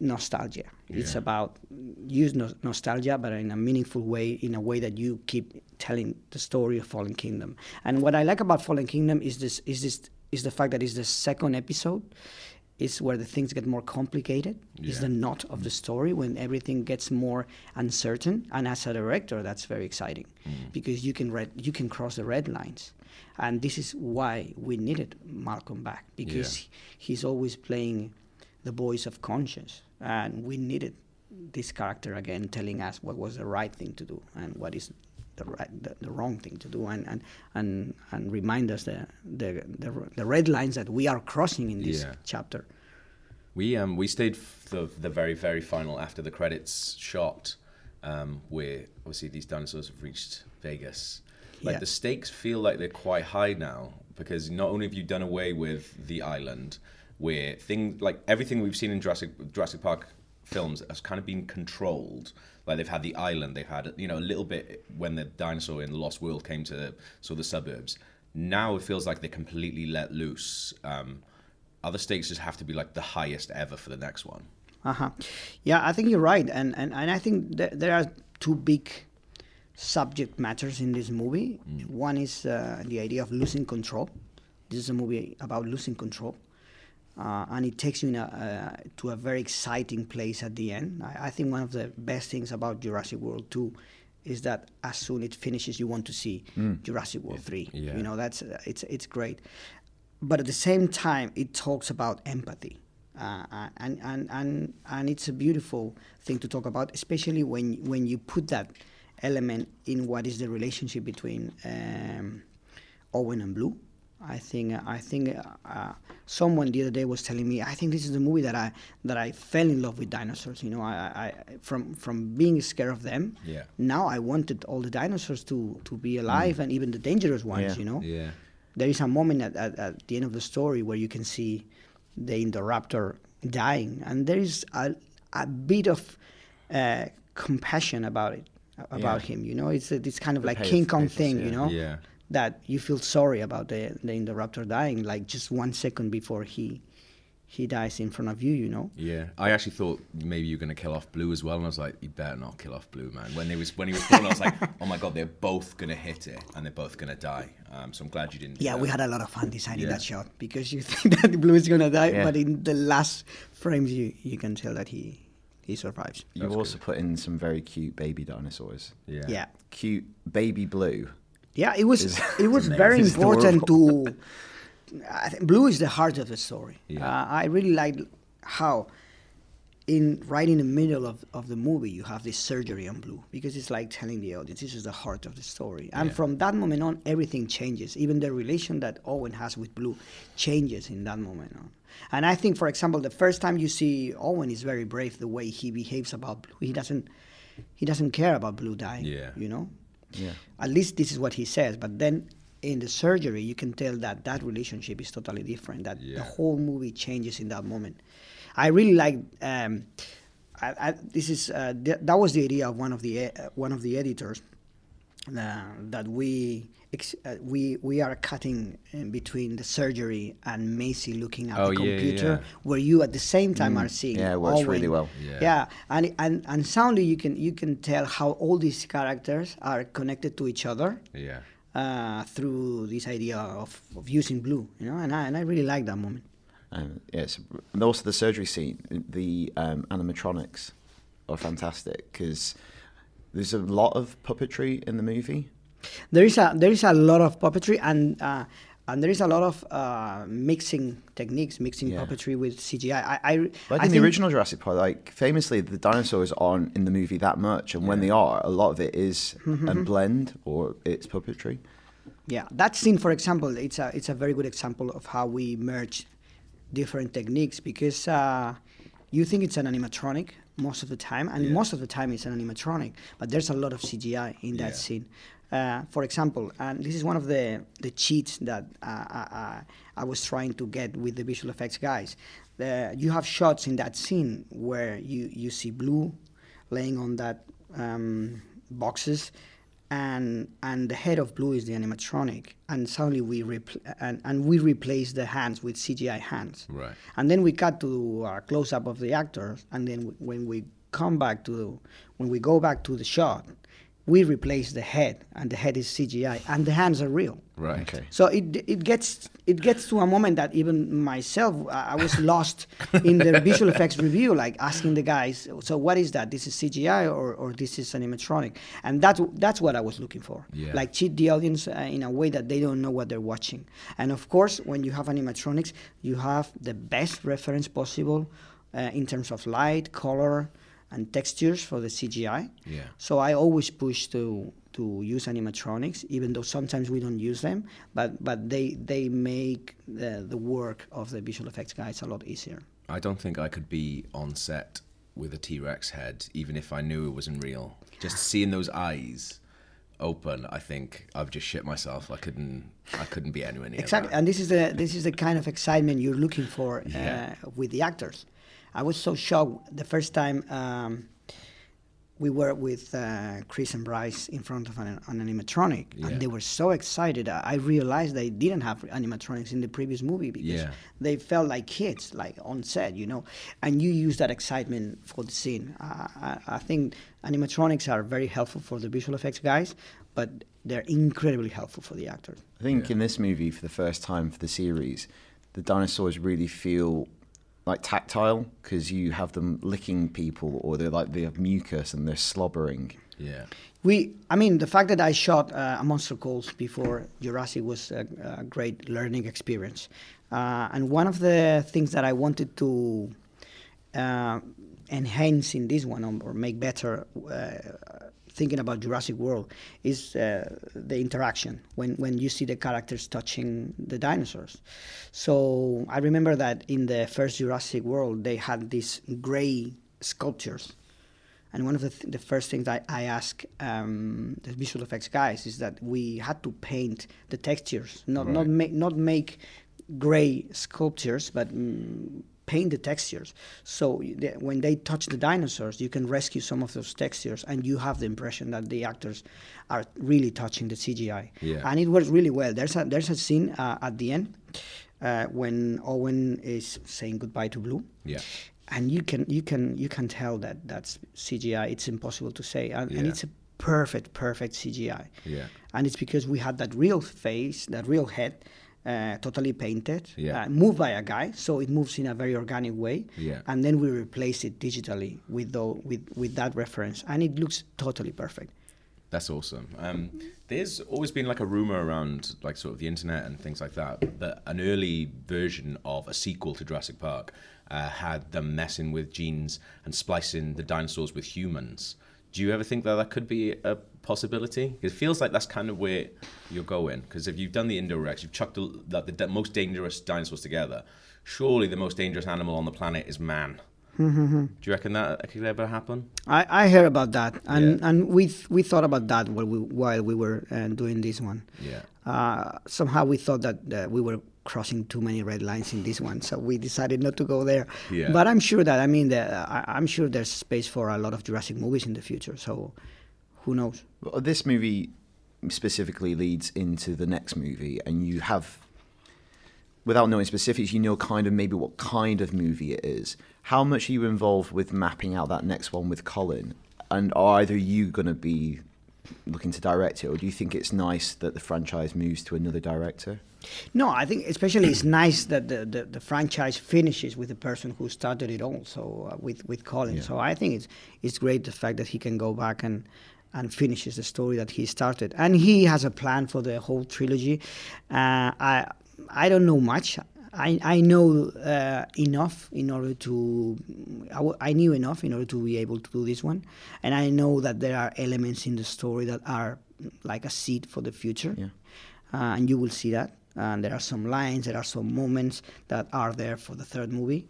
nostalgia. It's about use no- nostalgia, but in a meaningful way, in a way that you keep telling the story of Fallen Kingdom. And what I like about Fallen Kingdom is this is this is the fact that it's the second episode. Is where the things get more complicated. Is the knot of the story when everything gets more uncertain. And as a director, that's very exciting because you can red, you can cross the red lines, and this is why we needed Malcolm back because he- he's always playing the voice of conscience. And we needed this character again telling us what was the right thing to do and what is the, right, the, the wrong thing to do and, and, and, and remind us the, the, the, the red lines that we are crossing in this Yeah. chapter. We um we stayed f- the the very very final after the credits shot, um where obviously these dinosaurs have reached Vegas. Like Yeah. the stakes feel like they're quite high now because not only have you done away with the island, where things like everything we've seen in Jurassic Jurassic Park films has kind of been controlled. Like they've had the island, they've had you know a little bit when the dinosaur in the Lost World came to sort of the suburbs. Now it feels like they're completely let loose. Um, other stakes just have to be like the highest ever for the next one. Uh-huh. Yeah, I think you're right. And and, and I think th- there are two big subject matters in this movie. One is uh, the idea of losing control. This is a movie about losing control. Uh, and it takes you in a, uh, to a very exciting place at the end. I, I think one of the best things about Jurassic World 2 is that as soon it finishes, you want to see Jurassic World 3. yeah. You know, that's uh, it's it's great but at the same time, it talks about empathy, uh, and, and and and it's a beautiful thing to talk about, especially when when you put that element in what is the relationship between um, Owen and Blue. I think I think uh, someone the other day was telling me I think this is the movie that I that I fell in love with dinosaurs. You know, I, I I- from from being scared of them. Yeah. Now I wanted all the dinosaurs to to be alive and even the dangerous ones. Yeah. You know Yeah. there is a moment at, at, at the end of the story where you can see the Indoraptor dying, and there is a, a bit of uh, compassion about it, a- about him. You know, it's it's kind of like pay- King Kong patience, thing. yeah. You know, Yeah. that you feel sorry about the the Indoraptor dying, like just one second before he he dies in front of you. You know. Yeah, I actually thought maybe you were gonna kill off Blue as well, and I was like, you better not kill off Blue, man. When they was when he was born, I was like, oh my god, they're both gonna hit it, and they're both gonna die. Um, so I'm glad you didn't. do Yeah, that. we had a lot of fun designing Yeah. that shot because you think that Blue is gonna die, Yeah. but in the last frames, you you can tell that he he survives. you also put in some very cute baby dinosaurs Yeah. yeah. cute baby blue Yeah, it was it was amazing. very It's important to. I think blue is the heart of the story. Uh, I really liked how in right in the middle of, of the movie you have this surgery on blue because it's like telling the audience this is the heart of the story and from that moment on everything changes even the relation that owen has with blue changes in that moment on and i think for example the first time you see owen is very brave the way he behaves about blue he doesn't he doesn't care about blue dying Yeah. you know Yeah. at least this is what he says but then in the surgery you can tell that that relationship is totally different that the Yeah. whole movie changes in that moment i really like um, I, I, this is uh, th- that was the idea of one of the e- uh, one of the editors uh, that we ex- uh, we we are cutting in between the surgery and Macy looking at Oh, the yeah, yeah, computer yeah. where you at the same time are seeing yeah, it works really Owen. well. Yeah. yeah and, and and soundly you can you can tell how all these characters are connected to each other Yeah. uh, through this idea of, of using blue you know and I, and I really like that moment Um, yes, and also the surgery scene, the um, animatronics are fantastic because there's a lot of puppetry in the movie. there is a there is a lot of puppetry and uh, and there is a lot of uh, mixing techniques mixing Yeah. puppetry with CGI I I, Like I in the think- original Jurassic Park, like famously, the dinosaurs aren't in the movie that much, and when they are, a lot of it is a Mm-hmm. blend or it's puppetry. Yeah, that scene, for example, it's a it's a very good example of how we merge different techniques because uh, you think it's an animatronic most of the time, and most of the time it's an animatronic, but there's a lot of CGI in that Yeah. scene. Uh, for example, and this is one of the the cheats that uh, I, I was trying to get with the visual effects guys. The, you have shots in that scene where you you see blue laying on that um, boxes and and the head of blue is the animatronic and suddenly we repl- and, and we replace the hands with cgi hands Right. and then we cut to a close up of the actors and then w- when we come back to when we go back to the shot we replace the head and the head is cgi and the hands are real Right. so it it gets it gets to a moment that even myself I I was lost in the visual effects review, like asking the guys, so what is that? This is CGI or, or this is animatronic? And that's that's what I was looking for. Yeah. Like cheat the audience uh, in a way that they don't know what they're watching. And of course, when you have animatronics, you have the best reference possible uh, in terms of light, color, and textures for the CGI. Yeah. So I always push to to use animatronics, even though sometimes we don't use them. But but they they make the, the work of the visual effects guys a lot easier. I don't think I could be on set with a T Rex head, even if I knew it wasn't real. Just seeing those eyes open, I think I've just shit myself. I couldn't. I couldn't be anywhere near Exactly, that. and this is the this is the kind of excitement you're looking for Yeah. uh, with the actors. I was so shocked the first time um, we were with uh, Chris and Bryce in front of an, an animatronic, Yeah. and they were so excited. I, I realized they didn't have animatronics in the previous movie because Yeah. they felt like kids, like on set, you know. And you use that excitement for the scene. I, I, I think animatronics are very helpful for the visual effects guys, but they're incredibly helpful for the actors. I think in this movie, for the first time for the series, the dinosaurs really feel like tactile because you have them licking people, or they're like they have mucus and they're slobbering. Yeah. We, I mean, the fact that I shot uh, a Monster Calls before Jurassic was a, a great learning experience, uh, and one of the things that I wanted to uh, enhance in this one um, or make better, uh, thinking about Jurassic World, is uh, the interaction when when you see the characters touching the dinosaurs. So I remember that in the first Jurassic World they had these gray sculptures. And one of the, th- the first things I, I ask um, the visual effects guys is that we had to paint the textures, not not make not make gray sculptures, but mm, paint the textures. So you- the, when they touch the dinosaurs, you can rescue some of those textures, and you have the impression that the actors are really touching the CGI. Yeah. And it works really well. There's a there's a scene uh, at the end uh, when Owen is saying goodbye to Blue Yeah. and you can you can you can tell that that's CGI. It's impossible to say, and, and Yeah. it's a perfect perfect CGI. Yeah. And it's because we had that real face, that real head, uh, totally painted, Yeah. uh, moved by a guy, so it moves in a very organic way. Yeah. And then we replace it digitally with the, with with that reference, and it looks totally perfect. That's awesome. Um, there's always been like a rumor around like sort of the internet and things like that that an early version of a sequel to Jurassic Park uh, had them messing with genes and splicing the dinosaurs with humans. Do you ever think that that could be a possibility? It feels like that's kind of where you're going because if you've done the Indorex, you've chucked the, like, the de- most dangerous dinosaurs together. Surely the most dangerous animal on the planet is man. Do you reckon that could ever happen? I, I heard about that, and Yeah. and we th- we thought about that while we while we were uh, doing this one. Yeah. Uh, somehow we thought that uh, we were crossing too many red lines in this one, so we decided not to go there. Yeah. But I'm sure that I mean, the, I, I'm sure there's space for a lot of Jurassic movies in the future. So, who knows? Well, this movie specifically leads into the next movie, and you have, without knowing specifics, you know kind of maybe what kind of movie it is. How much are you involved with mapping out that next one with Colin? And are either you going to be looking to direct it, or do you think it's nice that the franchise moves to another director? No, I think especially it's nice that the, the, the franchise finishes with the person who started it all, so uh, with with Colin. So I think it's it's great the fact that he can go back and and finishes the story that he started, and he has a plan for the whole trilogy. Uh, I I don't know much. I, I know uh, enough in order to I, w- I knew enough in order to be able to do this one, and I know that there are elements in the story that are mm, like a seed for the future uh, and you will see that. And there are some lines, there are some moments that are there for the third movie,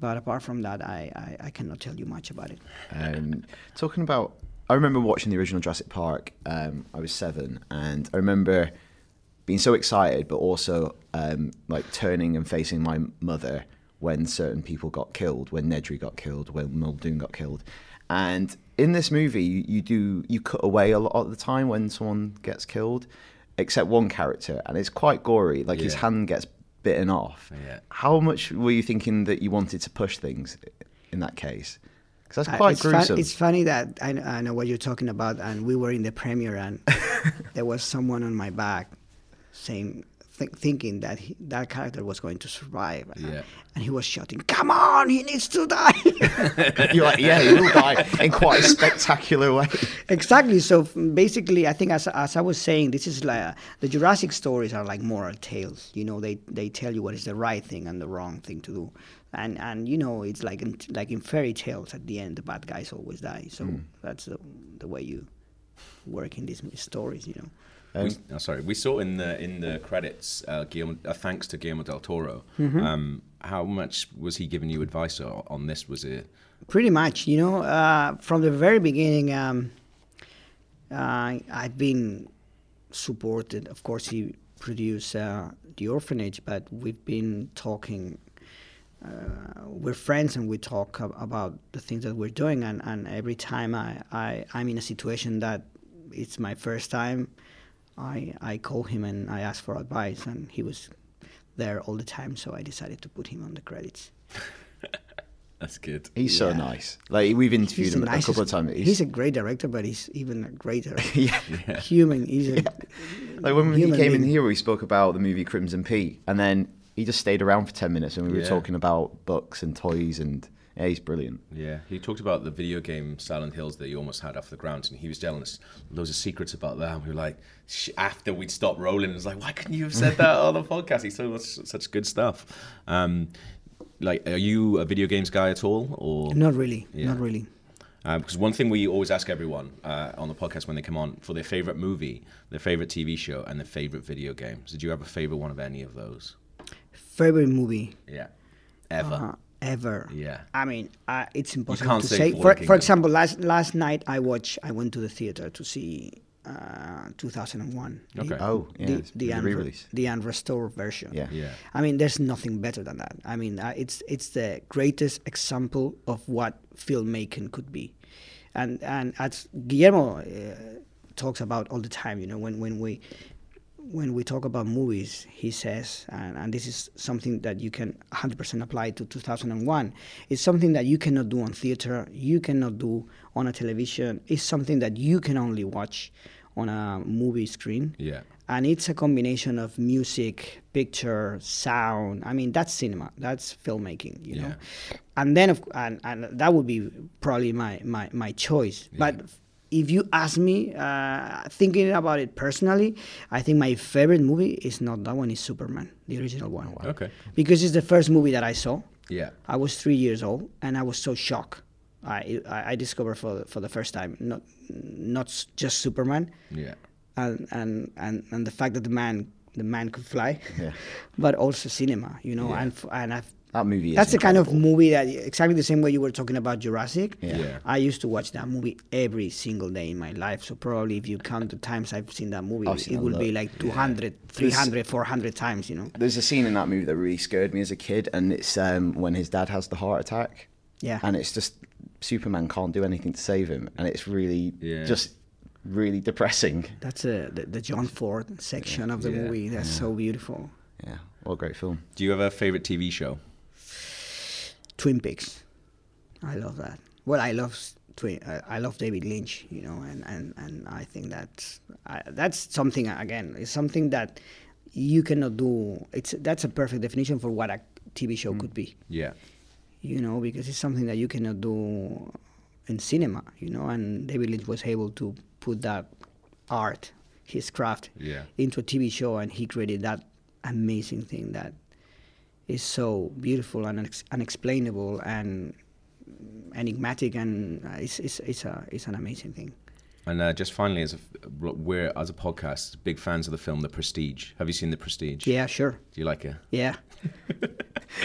but apart from that, I, I, I cannot tell you much about it. Um, talking about, I remember watching the original Jurassic Park. Um, I was seven, and I remember being so excited, but also um, like turning and facing my mother when certain people got killed, when Nedry got killed, when Muldoon got killed. And in this movie, you, you do you cut away a lot of the time when someone gets killed, except one character, and it's quite gory. Like his Yeah. hand gets bitten off. Yeah. How much were you thinking that you wanted to push things in that case? Because that's I- quite Uh, it's, fun- gruesome. it's funny that I, I know what you're talking about, and we were in the premiere, and there was someone on my back saying, th- thinking that he, that character was going to survive, Yeah. and he was shouting, "Come on, he needs to die!" You're like, yeah, you will die in quite a spectacular way. Exactly. So f- basically, I think as as I was saying, this is like uh, the Jurassic stories are like moral tales. You know, they they tell you what is the right thing and the wrong thing to do, and and you know it's like in, like in fairy tales. At the end, the bad guys always die. So that's the, the way you work in these m- stories. You know. we, oh, sorry, we saw in the in the credits, uh, Guillermo, uh, thanks to Guillermo del Toro. Um, how much was he giving you advice on, on this? Was it? Pretty much, you know, uh, from the very beginning, um, uh, I've been supported. Of course, he produced uh, The Orphanage, but we've been talking. Uh, we're friends and we talk ab- about the things that we're doing. And, and every time I, I, I'm in a situation that it's my first time, I, I call him and I ask for advice. And he was there all the time, so I decided to put him on the credits. That's good. He's so nice. Like we've interviewed He's him the a couple of nicest- times. He's, a great director, but he's even a greater yeah. human. He's a, Like when he human came in being. here, we spoke about the movie Crimson Peak, and then he just stayed around for ten minutes, and we were Yeah. talking about books and toys, and yeah, he's brilliant. Yeah, he talked about the video game Silent Hills that he almost had off the ground, and he was telling us loads of secrets about that. And we were like, sh- after we'd stopped rolling, it was like, why couldn't you have said that on the podcast? He's so much such good stuff. Um, like, are you a video games guy at all, or not really, Yeah. not really. Because Um, one thing we always ask everyone uh, on the podcast when they come on for their favorite movie, their favorite TV show, and their favorite video game. So, do you have a favorite one of any of those? Favorite movie Yeah, ever. uh, ever. Yeah. I mean, I, it's impossible can't to say say. Fallen For, Kingdom. for example, last last night I watched. I went to the theater to see uh, 2001. the- Okay. Oh, yeah, the, it's the, the unre- re-release. the unrestored version. Yeah. Yeah. I mean, there's nothing better than that. I mean, uh, it's it's the greatest example of what filmmaking could be, and and as Guillermo uh, talks about all the time, you know, when when we when we talk about movies, he says, and, and this is something that you can 100% apply to 2001. It's something that you cannot do on theater, you cannot do on a television. It's something that you can only watch on a movie screen Yeah. and it's a combination of music, picture, sound. I mean, that's cinema. That's filmmaking, you know. And then, of, and and that would be probably my my my choice. But if you ask me, uh, thinking about it personally, I think my favorite movie is not that one. It's Superman, the original one. Okay. Because it's the first movie that I saw. Yeah. I was three years old, and I was so shocked. I I I discovered for the- for the first time not not s- just Superman, Yeah. and and and, and the fact that the man the man could fly, Yeah. but also cinema, you know, and f- and I've. That movie is That's the kind of incredible. movie that exactly the same way you were talking about Jurassic. Yeah. Yeah. I used to watch that movie every single day in my life. So probably if you count the times I've seen that movie, I've seen it a will be lot. like 200, 300, 400 times, you know. There's a scene in that movie that really scared me as a kid, and it's um, when his dad has the heart attack. Yeah. And it's just Superman can't do anything to save him, and it's really Yeah. just really depressing. That's a, the, the John Ford section of the Yeah. movie. That's so beautiful. Yeah, what a great film. Do you have a favorite TV show? Twin Peaks. I love that. Well, I love s- Twin. Uh, I love David Lynch, you know, and and and I think that's I, that's something again. It's something that you cannot do. It's that's a perfect definition for what a TV show could be, Yeah. you know, because it's something that you cannot do in cinema, you know. And David Lynch was able to put that art, his craft, Yeah. into a TV show, and he created that amazing thing that is so beautiful and unex- unexplainable and enigmatic, and uh, it's, it's, it's, a, it's an amazing thing. And uh, just finally, as a, we're as a podcast, big fans of the film The Prestige. Have you seen The Prestige? Yeah, sure. Do you like it? Yeah.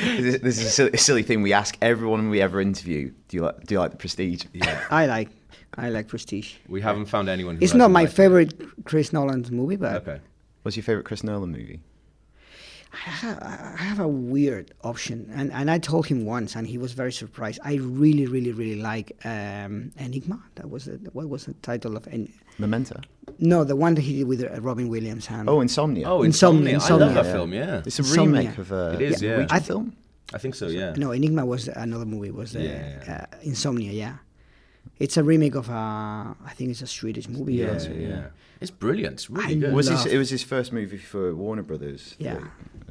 this, this is a silly, silly thing we ask everyone we ever interview. Do you like, do you like the Prestige? Yeah. I like I like Prestige. we haven't found anyone. Who It's not hasn't my liked it. favorite Chris Nolan's movie, but Okay. What's your favorite Chris Nolan movie? I have, I have a weird option, and, and I told him once, and he was very surprised. I really, really, really like um, Enigma. That was the, what was the title of en- Memento. no, the one that he did with uh, Robin Williams. And Oh, Insomnia. Oh, Insomnia. Insomnia, I love Insomnia. that film. Yeah. it's a Insomnia. remake of a It is, yeah. Norwegian I thi- film. I think so. Yeah. no, Enigma was another movie. Was uh, Yeah. uh, Insomnia? Yeah, it's a remake of a I think it's a Swedish movie. Yeah, also. yeah, It's brilliant. It's really I good. Was his, Love. it was his first movie for Warner Brothers. Yeah. like,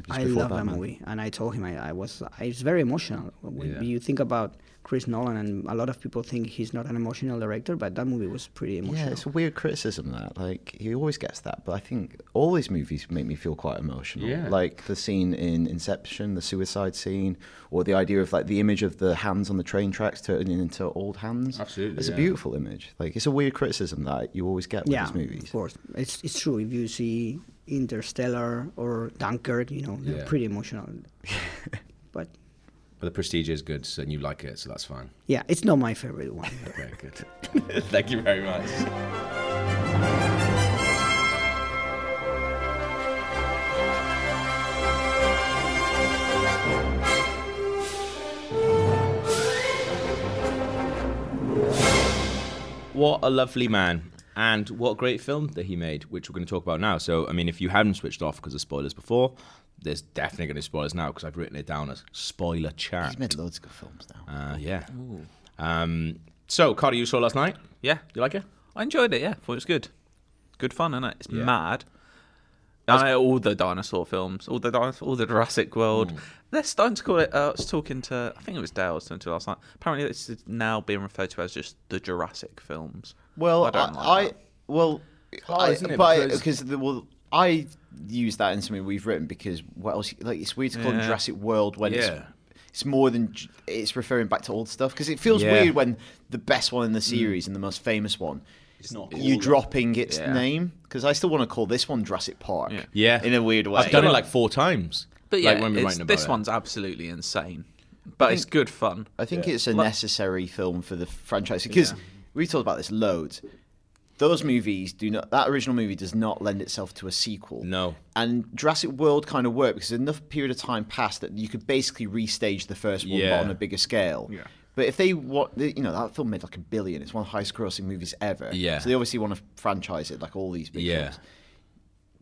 just I before love that Batman. movie, and I told him I, I was. I, it's very emotional. When Yeah. you think about Chris Nolan, and a lot of people think he's not an emotional director, but that movie was pretty emotional. Yeah, it's a weird criticism that like he always gets that, but I think all his movies make me feel quite emotional. Yeah. Like the scene in Inception, the suicide scene, or the idea of like the image of the hands on the train tracks turning into old hands. Absolutely, it's yeah. a beautiful image. Like it's a weird criticism that you always get with yeah, his movies. of course. It's it's true. If you see Interstellar or Dunkirk, you know they're Yeah. pretty emotional. but But the Prestige is good, so, and you like it, so that's fine. yeah, it's not my favorite one. Very good. Thank you very much. What a lovely man. And what a great film that he made, which we're going to talk about now. So, I mean, if you hadn't switched off because of spoilers before, there's definitely going to be spoilers now because I've written it down as spoiler chat. He's made loads of good films now. Uh, yeah. Um, so, Carter, you saw last night. Yeah, You like it? I enjoyed it. Yeah, thought it was good. Good fun, is it? It's Yeah. mad. And I- all the dinosaur films, all the dinosaur, all the Jurassic World. They're starting to call it. Uh, I was talking to, I think it was Dale. I was talking to last night. Apparently, this is now being referred to as just the Jurassic films. Well, I, I don't like that. well, hard, Oh, isn't it? But Because- because the, well, I use that in something we've written because what else? Like it's weird to call it Yeah. Jurassic World when Yeah. it's it's more than j- it's referring back to old stuff because it feels Yeah. Mm. weird when the best one in the series and the most famous one. It's not you called dropping its Yeah. name because I still want to call this one Jurassic Park. Yeah. Yeah. in a weird way. I've done it like four times. But yeah, like when we it's- writing about this it. one's absolutely insane. But it's think- good fun. I think Yeah. it's a Like- necessary film for the franchise because Yeah. we've talked about this loads. Those movies do not. That original movie does not lend itself to a sequel. No. And Jurassic World kind of worked because enough period of time passed that you could basically restage the first one Yeah. but on a bigger scale. Yeah. But if they want, you know, that film made like a billion. It's one of the highest grossing movies ever. Yeah. So they obviously want to franchise it like all these big Yeah. films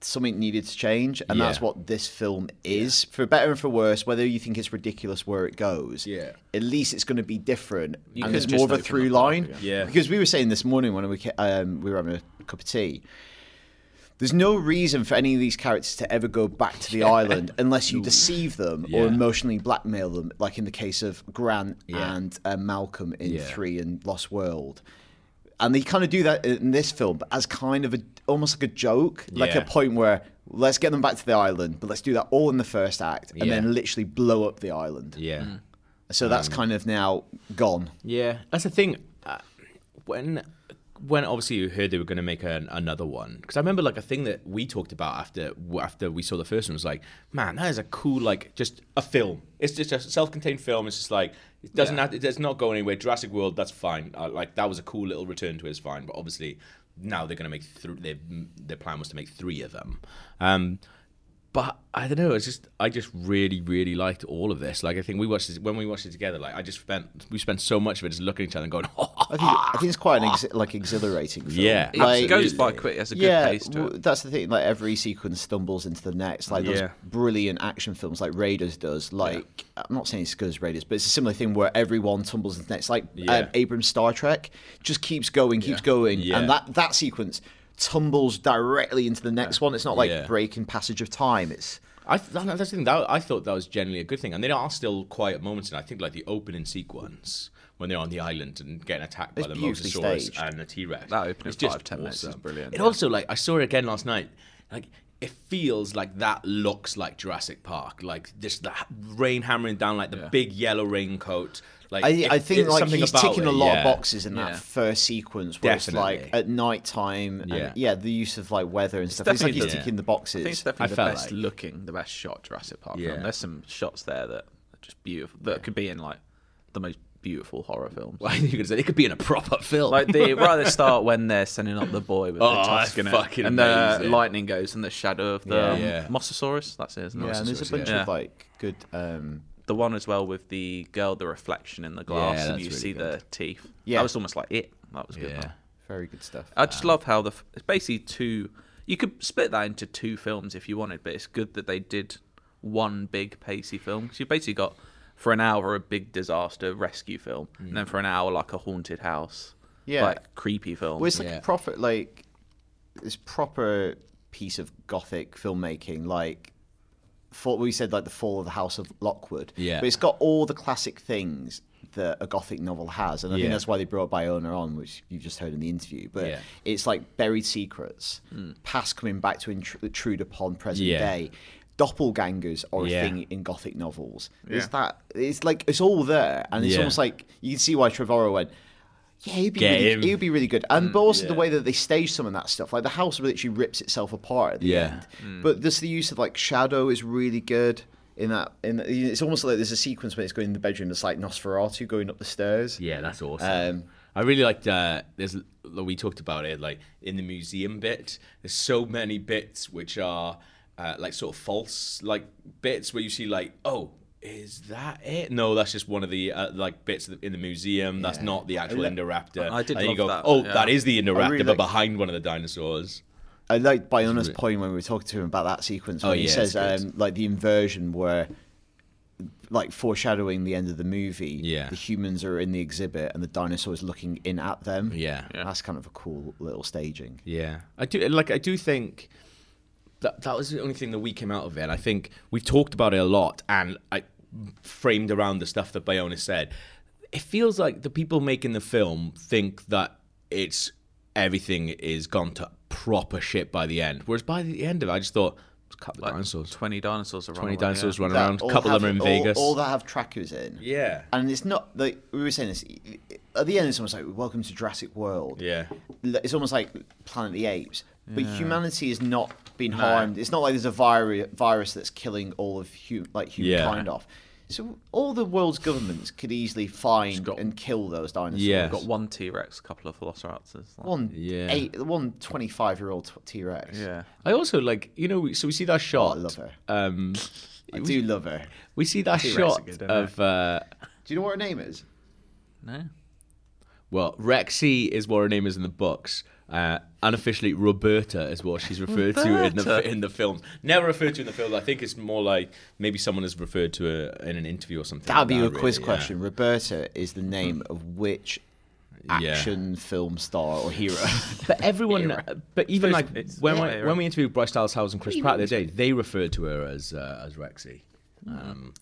something needed to change, and that's Yeah. what this film is. For better and for worse, whether you think it's ridiculous where it goes, Yeah. at least it's going to be different, You and could there's just more of a open up through that line. up, yeah. Yeah. because we were saying this morning when we ca- um, we were having a cup of tea. There's no reason for any of these characters to ever go back to the island unless you deceive them or Yeah. emotionally blackmail them, like in the case of Grant Yeah. and uh, Malcolm in Yeah. Three and Lost World. and they kind of do that in this film, but as kind of a almost like a joke, like Yeah. a point where let's get them back to the island, but let's do that all in the first act, and Yeah. Um, then literally blow up the island. Yeah. Mm. So that's kind of now gone. Yeah, that's the thing. Uh, when when obviously you heard they were going to make an, another one, because I remember like a thing that we talked about after after we saw the first one was like, man, that is a cool like just a film. It's just a self-contained film. It's just like it doesn't have, it does not go anywhere. Jurassic World, that's fine. Uh, like that was a cool little return to his fine, but obviously now they're going to make th- their their plan was to make three of them. Um, but I don't know. It's just I just really, really liked all of this. Like I think we watched this, when we watched it together. Like I just spent we spent so much of it just looking at each other and going, "Oh, I think, I think it's quite an ex- like exhilarating film. Yeah, It Like- goes by quick. Has a good yeah, pace to w- it. that's the thing. Like every sequence stumbles into the next. Like those Yeah. brilliant action films, like Raiders does. Like I'm not saying it's as good as Raiders, but it's a similar thing where everyone tumbles into the next. Like Yeah. um, Abrams Star Trek just keeps going, keeps going, Yeah. and that that sequence tumbles directly into the next one. It's not like Yeah. breaking passage of time. It's I th- that- that's the thing. That, I thought that was generally a good thing, and there are still quiet moments. And I think like the opening sequence when they're on the island and getting attacked It's by the beautifully Mosasaurus staged. and the T Rex. That opening five, 10 minutes is brilliant, It yeah. also like I saw it again last night. Like it feels like that looks like Jurassic Park. Like just the ha- rain hammering down, like the big yellow raincoat. Like I, it- I think it's like something he's about ticking it, a lot yeah. of boxes in that Yeah. first sequence where it's like Definitely. at night time. Yeah. and, yeah, the use of like weather and stuff. It's like definitely he's the- ticking the I boxes. think it's definitely I the felt best like- looking, the best shot Jurassic Park Yeah. film. There's some shots there that are just beautiful. That could be in like the most beautiful horror films. Well, I think you could say it could be in a proper film. Like the right at the start when they're sending up the boy with the Oh, tusk that's in it, fucking and the amazing. lightning goes in the shadow of the Yeah. um, Yeah. Mosasaurus. That's it, isn't it? Yeah, and there's a Mosasaurus, bunch yeah. of like good. Um, The one as well with the girl, the reflection in the glass, that's and you really see good. the teeth. Yeah. that was almost like it. That was a good. yeah. one. very good stuff. I just love how the f- it's basically two. You could split that into two films if you wanted, but it's good that they did one big pacey film. So you basically got for an hour a big disaster rescue film, and then for an hour like a haunted house, Yeah. like creepy film. Well, it's like Yeah. a proper like this proper piece of gothic filmmaking, like. Fall, we said like the fall of the House of Lockwood, Yeah. But it's got all the classic things that a gothic novel has, and I Yeah. think that's why they brought Biona on, which you just heard in the interview. But Yeah. Hmm. it's like buried secrets, past coming back to intr- intrude upon present Yeah. day. Doppelgangers are Yeah. a thing in gothic novels. It's that it's like it's all there, and it's Yeah. almost like you can see why Trevorrow went. Yeah, he'd be Get really, him. he'd be really good. And but also the Mm, yeah. way that they stage some of that stuff, like the house literally rips itself apart at the Yeah. Mm. end. But just the use of like shadow is really good in that. In it's almost like there's a sequence when it's going in the bedroom that's like Nosferatu going up the stairs. Yeah, that's awesome. Um, I really liked. Uh, there's we talked about it like in the museum bit. There's so many bits which are uh, like sort of false, like bits where you see like, oh, is that it? No, that's just one of the uh, like bits in the museum. That's not the actual Indoraptor. I did and then you love go, that, Oh, yeah. that is the Indoraptor, really but liked- behind one of the dinosaurs. I liked Biona's point when we were talking to him about that sequence. Oh, When he yeah, it's says good. um, like the inversion where like foreshadowing the end of the movie. Yeah. The humans are in the exhibit and the dinosaurs looking in at them. Yeah. Yeah. That's kind of a cool little staging. Yeah, I do. Like, I do think that that was the only thing that we came out of it. I think we've talked about it a lot, and I framed around the stuff that Bayona said. It feels like the people making the film think that it's everything is gone to proper shit by the end. Whereas by the end of it, I just thought it's a couple of Like, dinosaurs, Twenty dinosaurs. Are twenty dinosaurs run that around, a all couple of them are have- in all- Vegas. All that have trackers in. yeah, And it's not like we were saying this at the end. It's almost like welcome to Jurassic World. yeah, L- It's almost like Planet of the Apes, but humanity has not been harmed. It's not like there's a virus virus that's killing all of hum- like humankind off. So all the world's governments could easily find got- and kill those dinosaurs. Yeah. Got one T Rex, a couple of velociraptors. like- One Yeah. eight, one 25 year old T Rex. Yeah. I also like you know. So we see that shot. Oh, love her. Um, I do love her. we see that T-Rex shot again, don't I? of. Uh, Do you know what her name is? No. Well, Rexy is what her name is in the books. Uh, unofficially, Roberta is what she's referred to in the Roberta. in the films. Never referred to in the films. I think it's more like maybe someone has referred to her in an interview or something. That'll like be that, your really, quiz yeah. question. Roberta is the name of which Yeah. action film star or hero? But everyone, but even like it's- when yeah, we, yeah, when right. we interviewed Bryce Dallas Howard and Chris Pratt the other day, they referred to her as uh, as Rexy.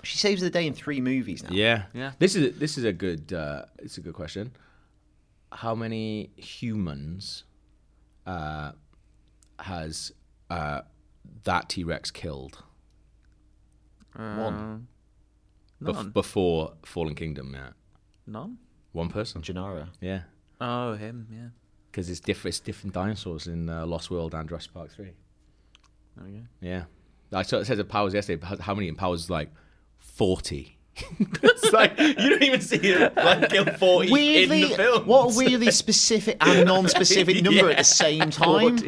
she saves the day in three movies now. Yeah, Yeah. This is this is a good uh, it's a good question. how many humans uh, has uh, that T Rex killed One. bef- Um, None. before Fallen Kingdom? Yeah, None. one person. Gennaro. Yeah, Oh, him. Yeah. because it's different. It's different dinosaurs in uh, Lost World and Jurassic Park Three. There we go. Yeah, I saw it says at Powers yesterday. but how- How many in Powers? is Like forty. it's like you don't even see it like kill forty in the film. what a weirdly specific and non-specific number at the same time.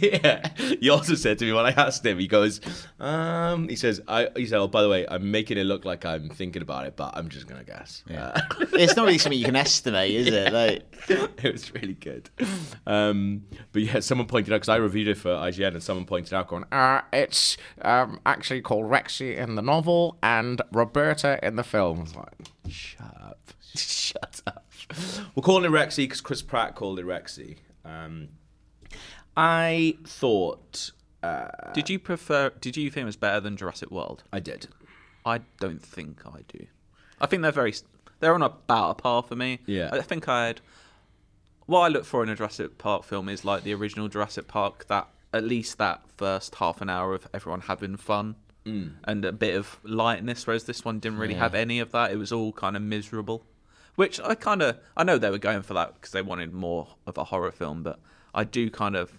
yeah. He also said to me when I asked him, he goes, um, he says, I, he said, oh, by the way, I'm making it look like I'm thinking about it, but I'm just gonna guess. Yeah. it's not really something you can estimate, is it? Like, Uh, it was really good. Um, but yeah, someone pointed out because I reviewed it for IGN, and someone pointed out going, uh, it's um, actually called Rexy in the novel and Roberta in the film. I was like, shut up, shut up. We're calling it Rexy because Chris Pratt called it Rexy. Um, I thought Did you prefer? Did you think it was better than Jurassic World? I did. I don't think I do. I think they're very. They're on about a par for me. Yeah. I think I had. What I look for in a Jurassic Park film is like the original Jurassic Park. That at least that first half an hour of everyone having fun Mm. and a bit of lightness. Whereas this one didn't really have any of that. It was all kind of miserable. Which I kind of. I know they were going for that because they wanted more of a horror film, but I do kind of.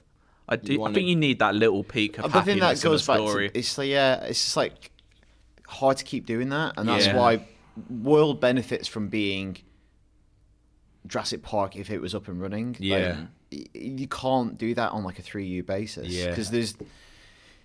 I do. I wanted- think you need that little peak of but then that happiness in the goes back. story. To, it's like yeah, it's just like hard to keep doing that, and that's Yeah. why world benefits from being Jurassic Park if it was up and running. Like, Yeah. y- you can't do that on like a three-year basis. Yeah. because there's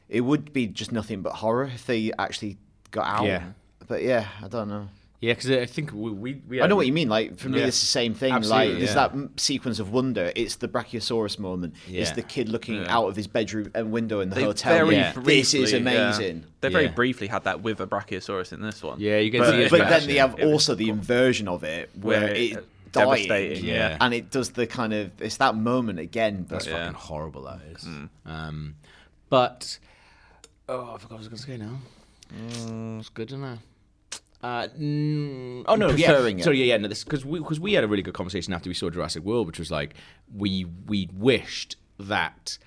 it would be just nothing but horror if they actually got out. Yeah. But yeah, I don't know. Yeah, because I think we, we, we had- I know what you mean. Like for me, Yeah. it's the same thing. Absolutely, like there's yeah. that m- sequence of wonder. It's the Brachiosaurus moment. It's Yeah. the kid looking Yeah. out of his bedroom and window in the They hotel. very yeah. This briefly, is yeah. amazing. They very Yeah. briefly had that with a brachiosaurus in this one. Yeah, you get to But- see his But reaction. then they have Yeah. also the inversion of it where Where it it's dying, devastating, yeah. Oh, and it does the kind of it's that moment again. But That's Yeah. fucking horrible. That is. Um, but oh, I forgot what I was gonna say now. Mm, it's good, isn't it? Uh, mm, oh no, Preferring yeah. it. So yeah, yeah, no, this because we because we had a really good conversation after we saw Jurassic World, which was like we we wished that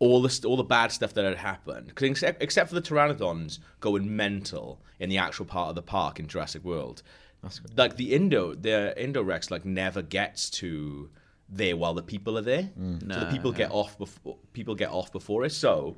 all the st- all the bad stuff that had happened, because except except for the pteranodons going mental in the actual part of the park in Jurassic World, like the Indo the Indo Rex like never gets to there while the people are there, Mm. so the people get off before people get off before it, so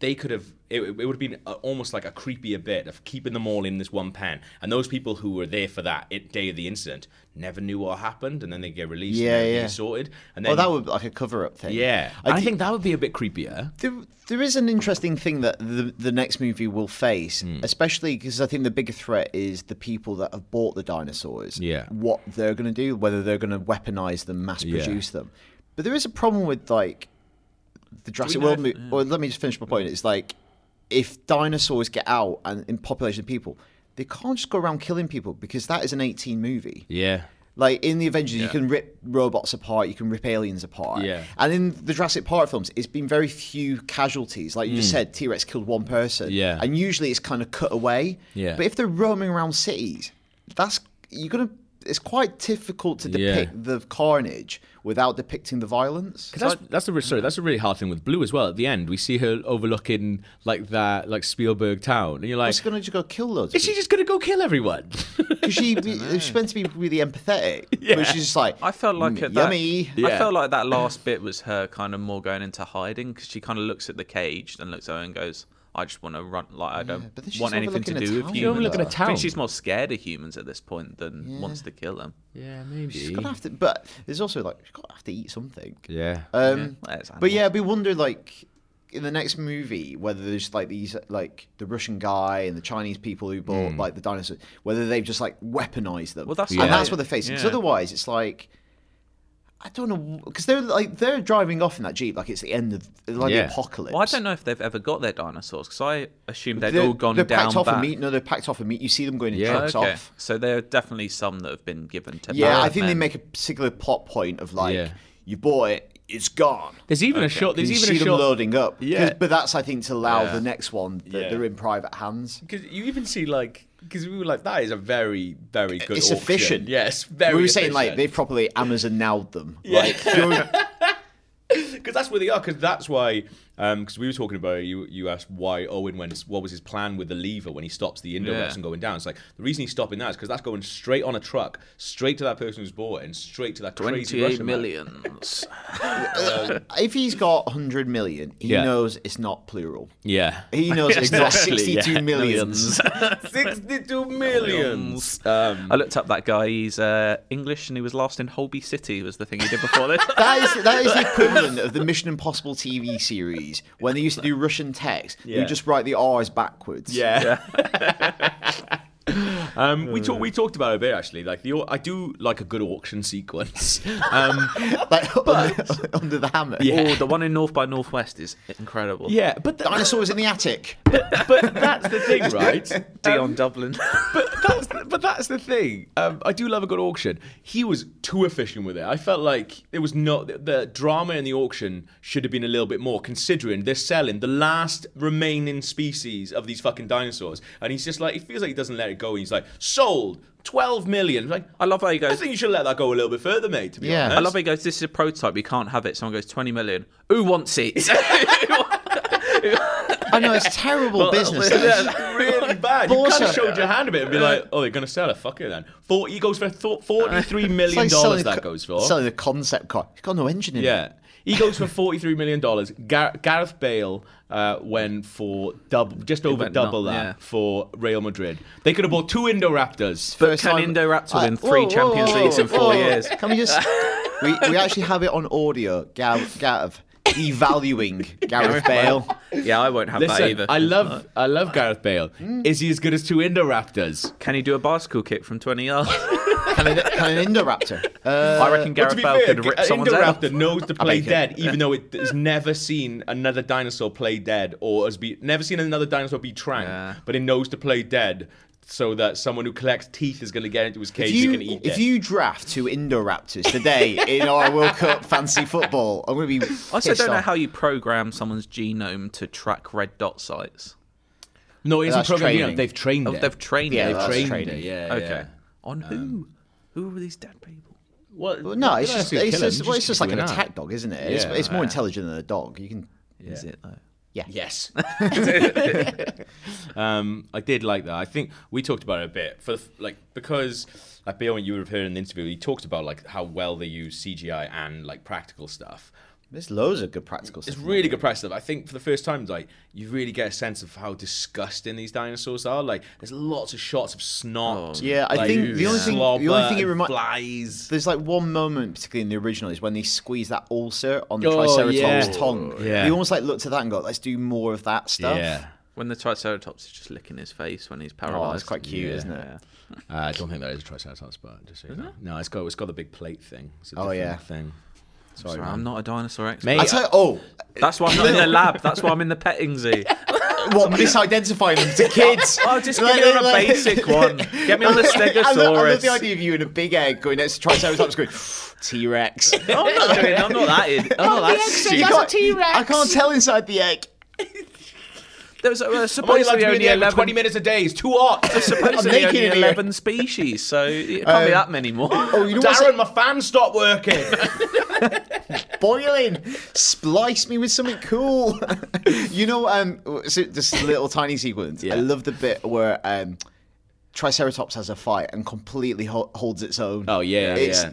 they could have it, it would have been a, almost like a creepier bit of keeping them all in this one pen and those people who were there for that it, day of the incident never knew what happened and then they get released Yeah, and everything yeah. sorted and then well, oh, that would be like a cover-up thing. yeah I i, d- think that would be a bit creepier There, there is an interesting thing that the, the next movie will face, especially because I think the bigger threat is the people that have bought the dinosaurs. Yeah. What they're going to do, whether they're going to weaponize them, mass Yeah. produce them. But there is a problem with like the Jurassic know World if- movie. Or let me just finish my point. It's like if dinosaurs get out and in population of people, they can't just go around killing people because that is an 18 movie. yeah Like in the Avengers, you can rip robots apart, you can rip aliens apart. Yeah. And in the Jurassic Park films, it's been very few casualties. Like you just said, T Rex killed one person. Hmm. Yeah. And usually it's kind of cut away. Yeah. But if they're roaming around cities, that's you're gonna. It's quite difficult to Yeah. depict the carnage without depicting the violence. Because that's, that's a re- sorry, that's a really hard thing with Blue as well. At the end, we see her overlooking like that, like Spielberg town, and you're like, It's gonna just go kill loads. is she just gonna go kill everyone? Because she she's meant to be really empathetic, but she's just like I felt like "Mm, at that, yummy. Yeah. I felt like that last bit was her kind of more going into hiding because she kind of looks at the cage and looks at her and goes, "I just want to run. Like I don't but then she's want anything to overlooking a do with town, humans." You're overlooking a I town. think she's more scared of humans at this point than wants to kill them. yeah, maybe. She's gonna have to, but there's also like she's gonna have to eat something. yeah, Um, Yeah, it's but animal. yeah, we wonder like in the next movie whether there's like these like the Russian guy and the Chinese people who Hmm. bought like the dinosaurs, whether they've just like weaponized them. Well, that's and Yeah. that's what they're facing. Because Yeah. otherwise, it's like. I don't know because they're like they're driving off in that jeep like it's the end of like Yeah. the apocalypse. Well, I don't know if they've ever got their dinosaurs because I assume they'd They're, all gone they're down packed off back. a meat. No, they're packed off a meat. You see them going in Yeah. trucks Okay, off. so there are definitely some that have been given to. Yeah, I bad think they men. make a particular plot point of like Yeah. you bought it, it's gone. there's even a shot. There's you even see a them shot. loading up. 'Cause- Yeah. but that's I think to allow Yeah. the next one that Yeah. they're in private hands. Because you even see like because we were like, that is a very, very good. It's auction. efficient. Yes, very. we were saying like efficient. they properly Amazon nowed them. Like you're- because that's where they are. Because that's why, because we were talking about you. You asked why Owen went. What was his plan with the lever when he stops the indoor Yeah. person going down? It's like the reason he's stopping that is because that's going straight on a truck, straight to that person who's bought it, and straight to that crazy Twenty-eight Russian man. millions. Uh, if he's got 100 million, he Yeah. knows it's not plural. Yeah, He knows it's not Exactly, yeah. 62 millions. sixty-two millions. Um, I looked up that guy. He's uh, English and he was last in Holby City. Was the thing he did before this. That is that is the equivalent of the Mission Impossible TV series when they used to do Russian text. Yeah. You just write the R's backwards. Yeah. um, we talked. We talked about it a bit actually. Like the, au- I do like a good auction sequence. Um, like under, under the hammer. Oh, the one in North by Northwest is incredible. yeah, but th- Dinosaurs in the attic. but that's the thing, right? Dion Dublin. but that's but that's the thing. Um, I do love a good auction. He was too efficient with it. I felt like it was not the, the drama in the auction should have been a little bit more, considering they're selling the last remaining species of these fucking dinosaurs, and he's just like, he feels like he doesn't let it go. He's like, sold twelve million. Like, I love how he I goes. think you should let that go a little bit further, mate. To be Yeah. honest, I love how he goes. This is a prototype. You can't have it. Someone goes twenty million. Who wants it? I know it's terrible business. That's really bad. You kind of Bullshit. showed your hand a bit and be like, "Oh, they're gonna sell it. Fuck it then." Four, he goes for th- forty-three It's million like dollars. selling a that co- goes for. selling a concept car. It's got no engine in it. Yeah. He goes for forty-three million dollars. Gar- Gareth Bale uh, went for double, just over went double not- that yeah. for Real Madrid. They could have bought two Indoraptors. First Can time- Indoraptor I- win three whoa, Champions whoa, Leagues in four whoa. years? Can we just? We, we actually have it on audio. Gav, Gav devaluing Gareth Bale. Yeah, I won't have that Listen, either. I love, I love Gareth Bale. Mm. Is he as good as two Indoraptors? Can he do a bicycle kick from twenty yards? Can an, can an Indoraptor? Uh, I reckon But to Gareth be Bale fair, could rip an someone's head off. Indoraptor knows to play bet he dead, even though it has never seen another dinosaur play dead, or has be never seen another dinosaur be tranked. Yeah. But it knows to play dead, so that someone who collects teeth is going to get into his cage if and you, eat if it. you draft two Indoraptors today in our World Cup fancy football, I'm going to be. I also pissed don't know off. how you program someone's genome to track red dot sites. no, it isn't That's programmed. You know, training. they've trained Oh, it. they've trained Um, Yeah, it. They've that's trained training. it. Yeah. Okay. yeah. On who? Who are these dead people? Well, Well, no, it's you don't just have to it's kill 'em, just, you well, it's just keep like an doing that. attack dog, isn't it? It's, Yeah. it's more intelligent than a dog. You can. Is it though? Yeah. Yes. um, I did like that. I think we talked about it a bit for the f- like because like Bill, when you were hearing the interview, he talked about like how well they use CGI and like practical stuff. There's loads of good practical stuff. It's really good practice stuff. I think for the first time, like you really get a sense of how disgusting these dinosaurs are. Like there's lots of shots of snot. Oh, Yeah, I like, think the only thing the only slobber thing it and reminds flies. there's like one moment, particularly in the original, is when they squeeze that ulcer on the Oh, Triceratops yeah. tongue. Yeah. They almost like looked at that and go, "Let's do more of that stuff." Yeah, When the Triceratops is just licking his face when he's paralyzed. Oh, it's quite cute, Yeah. isn't it? uh, I don't think that is a triceratops, but just so you know. no, it's got it's got the big plate thing. It's a Oh, different yeah. thing. Sorry, Sorry, man. I'm not a dinosaur expert. Mate, I tell you, oh, That's why I'm not in the lab. That's why I'm in the petting zoo. what misidentifying them to kids? Oh, just give Like, me on a like- basic one. Get me on the I love, I love the Stegosaurus. idea of you in a big egg going next to Triceratops, going T Rex. No, I'm not doing. I'm not that. In, Oh, I'm not that You stupid. can't- I can't tell inside the egg. There was uh, I'm only allowed to supposedly be in only the air for 20 eleven. minutes a day. It's too hot. Supposedly I'm naked only in here. eleven species, so it can't be Um, that many more. Oh, you know what's Darren, my fan stopped working. boiling. Splice me with something cool. you know, um, so this little tiny sequence. I love the bit where um, Triceratops has a fight and completely ho- holds its own. Oh, yeah, it's, yeah.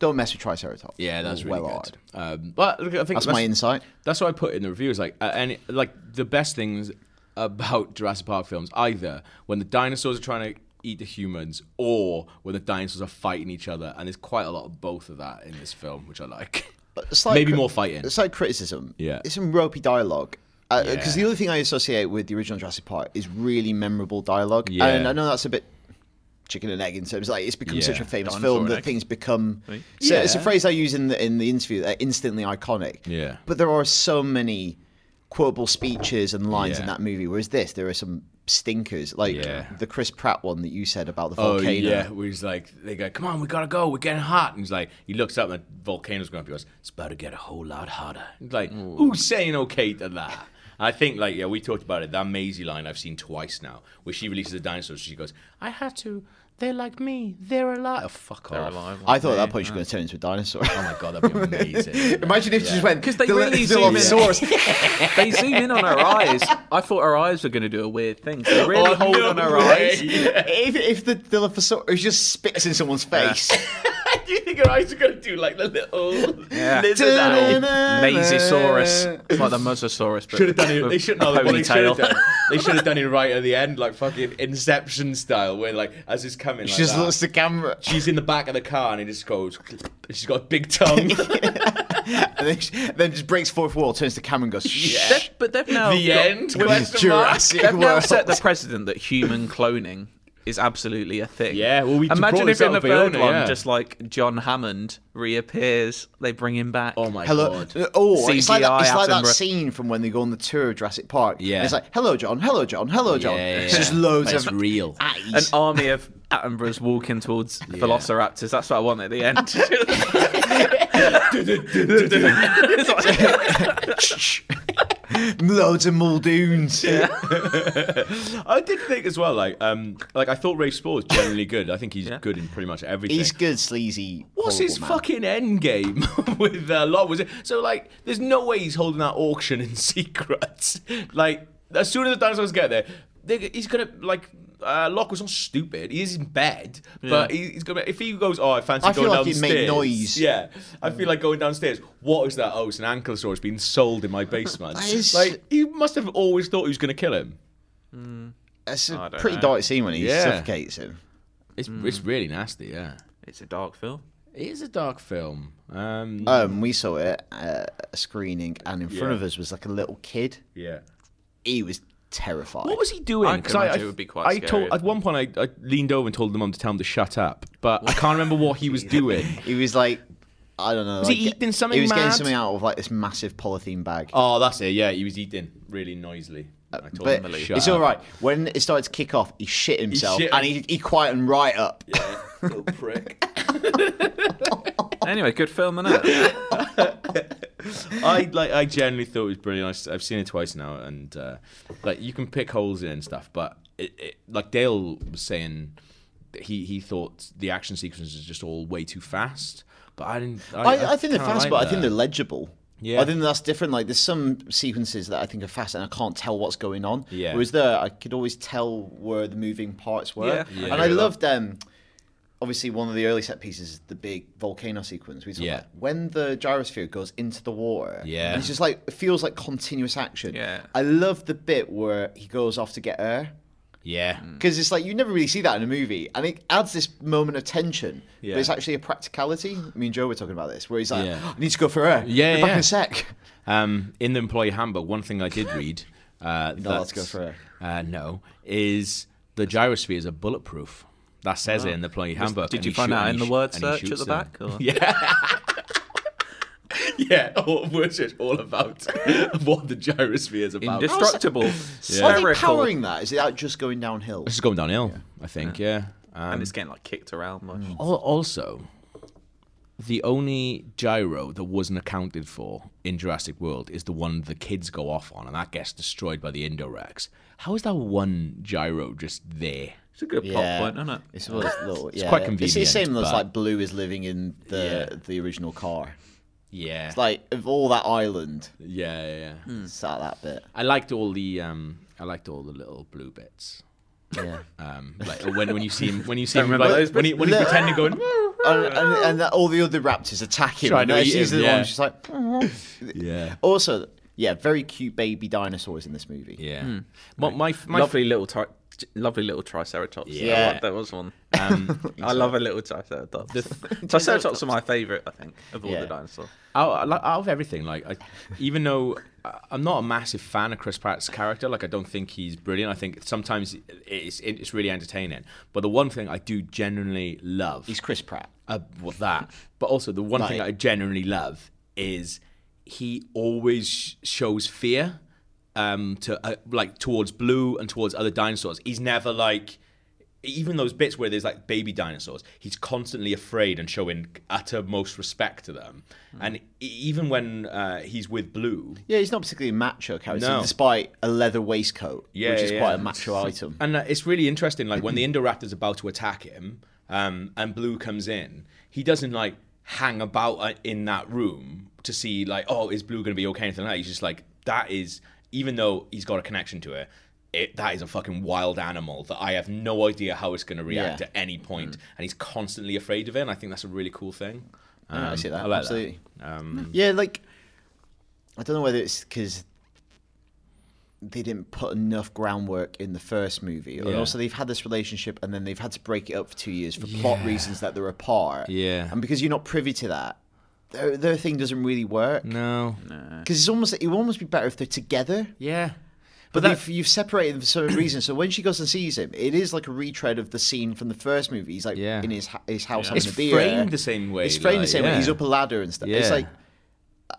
Don't mess with Triceratops. yeah, that's really well good. hard. Um, but look, I think That's, my insight. That's what I put in the reviews. Like, uh, and like the best things about Jurassic Park films, either when the dinosaurs are trying to eat the humans, or when the dinosaurs are fighting each other, and there's quite a lot of both of that in this film, which I like. It's like Maybe cri- more fighting. It's like criticism. Yeah. it's some ropey dialogue. Because Yeah. the other thing I associate with the original Jurassic Park is really memorable dialogue. Yeah. And I know that's a bit chicken and egg in terms of like it's become Yeah. such a famous Dinosaur film and that egg. things become. So it's a Yeah. phrase I use in the in the interview that instantly iconic. Yeah. But there are so many quotable speeches and lines in Yeah. that movie. Whereas this, there are some stinkers like Yeah. the Chris Pratt one that you said about the Oh volcano. yeah, where he's like, they go, "Come on, we gotta go. We're getting hot." And he's like, he looks up and the volcano's going up. He goes, "It's about to get a whole lot hotter." He's like, "Who's saying okay to that?" I think, like, yeah, we talked about it. That Maisie line I've seen twice now, where she releases the dinosaurs. She goes, "I had to. They're like me. They're alive. Oh, fuck They're off." alive. I thought at that point she was going to turn into a dinosaur. Oh my god, that'd be amazing. Imagine if she just went Because they "Dil- really zoom in. they zoom in on her eyes. I thought her eyes were going to do a weird thing. So they really Oh, hold no on her way. eyes. if, if the Dilophosaurus just spits in someone's face. do you think her eyes are gonna do like the little? Yeah. lizard owl? Mazesaurus. It's like the Mosasaurus. but Should have done it. with They should a no, what they should have ponytail. done. They should have done it right at the end, like fucking Inception style, where like as it's coming, She like just that, looks at the camera. she's in the back of the car and it just goes. She's got a big tongue. And then, she, then just breaks fourth wall, turns to camera and goes, yeah. Oh They've- but they've now the end. Question Jurassic mark. They've now World. set the precedent that human cloning is absolutely a thing. Yeah, well, we brought imagine this if in the up, third Fiona, one, yeah. just like John Hammond reappears, they bring him back. Oh my Hello. god. Oh, it's like, that, CGI it's like that Attenborough. scene from when they go on the tour of Jurassic Park. Yeah. And it's like, hello, John. Hello, John. Hello, John. Yeah, It's yeah, just yeah. loads But it's of real. An eyes. uh, army of Attenboroughs walking towards Velociraptors. That's what I want at the end. It's like- loads of Muldoons. I did think as well, like, um, like I thought Rafe Spall was generally good. I think he's Yeah. good in pretty much everything. He's good, sleazy. What's his horrible man. fucking end game with uh, Lot? Was it so? Like, there's no way he's holding that auction in secret. like, as soon as the dinosaurs get there, they, he's gonna like. Uh, Locke was not stupid. He is in bed, but he, he's gonna. If he goes, oh, I fancy I feel going like he'd downstairs. make noise. Yeah, I feel like going downstairs. What is that? Oh, it's an ankylosaurus being sold in my basement. That is- Like, he must have always thought he was gonna kill him. That's I a don't pretty know. dark scene when he Yeah. suffocates him. It's it's really nasty. Yeah, it's a dark film. it is a dark film. Um, Um, we saw it at a screening, and in front Yeah. of us was like a little kid. yeah. He was terrified. What was he doing? I can 'Cause imagine it would be quite I scary. Told, at one point, I, I leaned over and told the mum to tell him to shut up, but I can't remember what he was doing. He was like, I don't know. Was he eating something He was getting mad? something out of like this massive polythene bag. Oh, that's it. Yeah, he was eating really noisily. I told but him to shut it's up. all right. When it started to kick off, he shit himself shit- and he, he quietened right up. Yeah, little prick. Anyway, good film, innit? it? I like. I genuinely thought it was brilliant. I s- I've seen it twice now, and uh, like you can pick holes in it and stuff, but it, it, like Dale was saying, he he thought the action sequences are just all way too fast. But I didn't. I, I, I, think they're kinda fast, like but I that. think they're legible. Yeah. I think that's different. Like, there's some sequences that I think are fast and I can't tell what's going on. Yeah. Whereas there, I could always tell where the moving parts were. Yeah, I and agree I with that. loved um, obviously, one of the early set pieces, the big volcano sequence. We talked Yeah. about when the gyrosphere goes into the water. Yeah. and It's just like, it feels like continuous action. Yeah. I love the bit where he goes off to get air. Yeah. Because it's like you never really see that in a movie, and it adds this moment of tension. Yeah. But it's actually a practicality. Me and Joe were talking about this, where he's like, Yeah. "I need to go for air. Yeah, Be back yeah. in a sec." Um, in the employee handbook, one thing I did read. Uh, No, let's go for it. Uh, no, is the gyrosphere is a bulletproof. That says it in the employee handbook. Did and you he find shoot- out in and the he sh- word and he search at shoots the them. back? Or? Yeah. yeah, all, word search all about what the gyrosphere is about. Indestructible. Are they spherical, powering that? Is that just going downhill? This is going downhill, I think. Yeah. Um, And it's getting like kicked around. Much. al- also, the only gyro that wasn't accounted for in Jurassic World is the one the kids go off on, and that gets destroyed by the Indorex. How is that one gyro just there? It's a good plot point, isn't it? It's, well, it's, little, yeah. quite It's the convenient, same as but- like Blue is living in the Yeah. the original car. Yeah. It's like Hmm. of all that island, yeah, yeah, yeah. it's that, that bit. I liked all the um, I liked all the little blue bits. Yeah. Um, like when when you see him when you see him remember like, those when he when he's No. pretending going. and and, and that, all the other raptors attack him. Trying and to that's- eat she's him, the yeah. one. She's like, Yeah. also, yeah, very cute baby dinosaurs in this movie. Yeah. My my, my lovely little tri- lovely little triceratops. Yeah. I like- there was one. um, I love a little triceratops. triceratops are my favourite, I think, of all Yeah. the dinosaurs. out, like, out of everything, like I, even though I- I'm not a massive fan of Chris Pratt's character, like I don't think he's brilliant. I think sometimes it's it's really entertaining. But the one thing I do genuinely love He's Chris Pratt. uh, well, that. But also, the one thing Like- I genuinely love is he always sh- shows fear, um, to uh, like towards Blue and towards other dinosaurs. He's never like even those bits where there's like baby dinosaurs, he's constantly afraid and showing uttermost respect to them. And e- even when uh, he's with Blue, Yeah, he's not particularly a macho character, No. despite a leather waistcoat, Yeah, which is yeah, quite yeah. a macho item. and uh, it's really interesting. Like when the Indoraptor's about to attack him, um, and Blue comes in, he doesn't like hang about uh, in that room to see like, oh, is Blue going to be okay? Anything like that. He's just like, that is. Even though he's got a connection to it, it that is a fucking wild animal that I have no idea how it's going to react Yeah. Mm. at any point, and he's constantly afraid of it. And I think that's a really cool thing. Um, Yeah, I see that. like Absolutely. Um, Yeah, like I don't know whether it's because they didn't put enough groundwork in the first movie, and Yeah. also they've had this relationship, and then they've had to break it up for two years for plot reasons that they're apart. Yeah. and because you're not privy to that, their, their thing doesn't really work. Because no. it's almost it would almost be better if they're together. Yeah. But they've, you've separated them for some reason. So when she goes and sees him, it is like a retread of the scene from the first movie. He's like Yeah. in his ha- his house having It's a beer. framed the same way, It's framed like, the same yeah. way. He's up a ladder and stuff. It's Yeah. like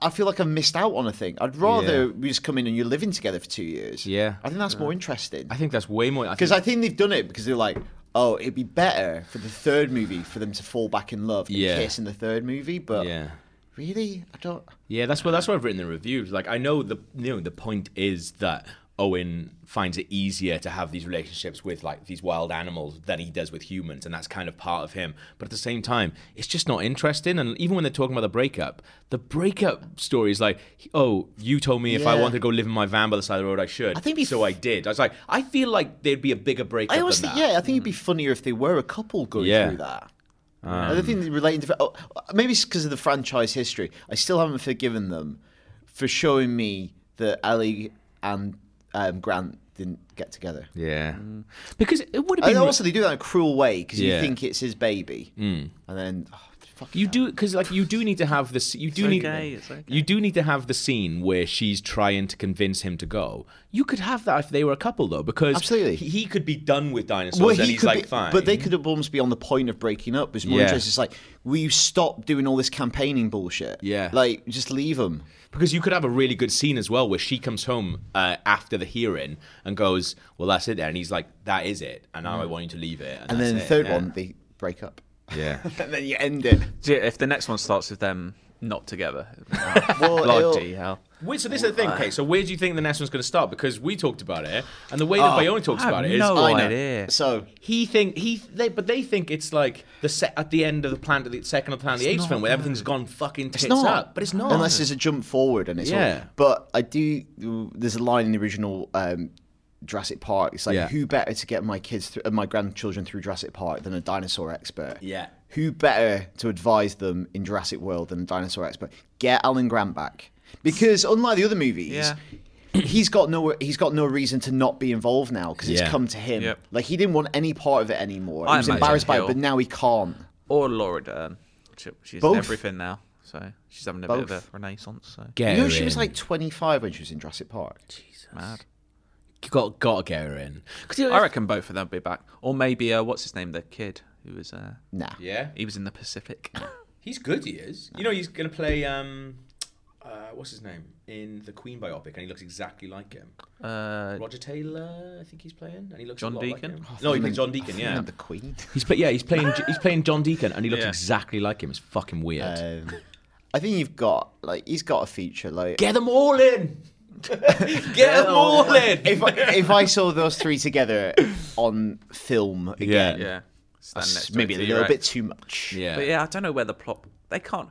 I feel like I've missed out on a thing. I'd rather we just come in and you're living together for two years. Yeah. I think that's more interesting I think that's way more. I because think I think they've done it because they're like, oh, it'd be better for the third movie for them to fall back in love and Yeah. kiss in the third movie. But yeah. really, I don't. Yeah, that's what that's what I've written in the reviews. Like I know the you know the point is that Owen finds it easier to have these relationships with like these wild animals than he does with humans, and that's kind of part of him. But at the same time, it's just not interesting. And even when they're talking about the breakup, the breakup story is like, oh, you told me if I Yeah. wanted to go live in my van by the side of the road, I should. I think think we- so. I did. I was like, I feel like there'd be a bigger breakup. I always than think, that. Hmm. yeah, I think it'd be funnier if they were a couple going Yeah. Um, through that. I don't think they're relating to oh, maybe it's because of the franchise history. I still haven't forgiven them for showing me that Ali and um, Grant didn't get together. yeah, because it would have And been. also, they do that in a cruel way because Yeah. Hmm. you think it's his baby, and then oh, fuck You do because like you do need to have this. You do need okay, it's okay. you do need to have the scene where she's trying to convince him to go. You could have that if they were a couple though, because Absolutely. he, he could be done with dinosaurs and he's could like be- fine. But they could almost be on the point of breaking up. It's more Yeah. interesting. It's like, will you stop doing all this campaigning bullshit? Yeah. like just leave them. because you could have a really good scene as well where she comes home uh, after the hearing and goes, "Well, that's it," then," and he's like, "That is it," and Mm. now I want you to leave it. And, And that's then the it, third yeah. one, they break up. yeah. and then you end it. Yeah, if the next one starts with them not together, Well, bloody it'll- hell. Wait, so this is the thing, okay? So where do you think the next one's going to start? Because we talked about it, and the way Oh, that Bayona talks I have about it is, no I know. idea. So He think he they but they think it's like the set at the end of the planet the second of the planet of the apes film where everything's gone fucking tits it's not, up, but it's not unless there's a jump forward and it's Yeah. all. But I do. There's a line in the original um, Jurassic Park. It's like, Yeah. who better to get my kids, through, uh, my grandchildren through Jurassic Park than a dinosaur expert? Yeah. Who better to advise them in Jurassic World than a dinosaur expert? Get Alan Grant back because unlike the other movies. Yeah. He's got no he's got no reason to not be involved now because Yeah. it's come to him. Yep. Like he didn't want any part of it anymore. I he was imagine embarrassed by it, he'll- but now he can't. Or Laura Dern. She, she's Both. in everything now, so she's having a bit of Both. a renaissance. So get you know, she was like 25 when she was in Jurassic Park. mad. got got to get her in. 'Cause, you know, I reckon both of them will be back, or maybe uh, what's his name, the kid who was uh, Nah. yeah, he was in the Pacific. he's good. He is. You know, he's gonna play um, uh, what's his name in the Queen biopic, and he looks exactly like him. Uh, Roger Taylor, I think he's playing, and he looks John a lot like Deacon? him. Oh, no, he played meant- John I Deacon. thought you Yeah, meant the Queen. he's play, yeah he's playing he's playing John Deacon, and he looks Yeah. exactly like him. It's fucking weird. Um, I think you've got like he's got a feature like. get them all in. get them all in. if I, if I saw those three together on film again, yeah, stand that's next to maybe a it, little right? bit too much. yeah. But yeah, I don't know where the plot. They can't.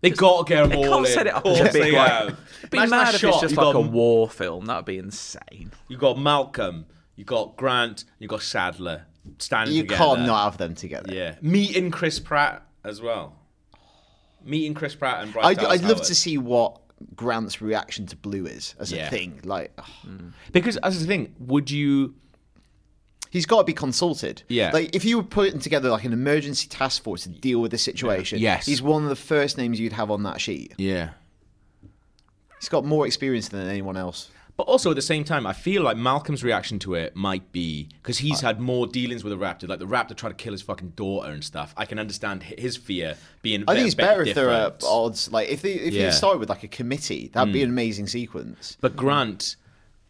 They got to get them They all can't in. set it up Of as a course big they like. have. Be Imagine that mad if it's shot. just You like got- a war film. That'd be insane. You got Malcolm. You got Grant. You got Sadler standing You together. can't not have them together. Yeah, meeting Chris Pratt as well. Meeting Chris Pratt and Bryce I'd, Dallas I'd love Howard. to see what Grant's reaction to Blue is as Yeah. Mm. a thing. Like, ugh. because as the thing, would you? he's got to be consulted. Yeah. Like, if you were putting together like an emergency task force to deal with the situation, Yes. he's one of the first names you'd have on that sheet. Yeah. He's got more experience than anyone else. But also at the same time, I feel like Malcolm's reaction to it might be because he's had more dealings with the raptor. Like the raptor tried to kill his fucking daughter and stuff. I can understand hi- his fear being. I think it's better if they're uh, different. at odds. Like if they if Yeah. they started with like a committee, that'd be an amazing sequence. But Grant,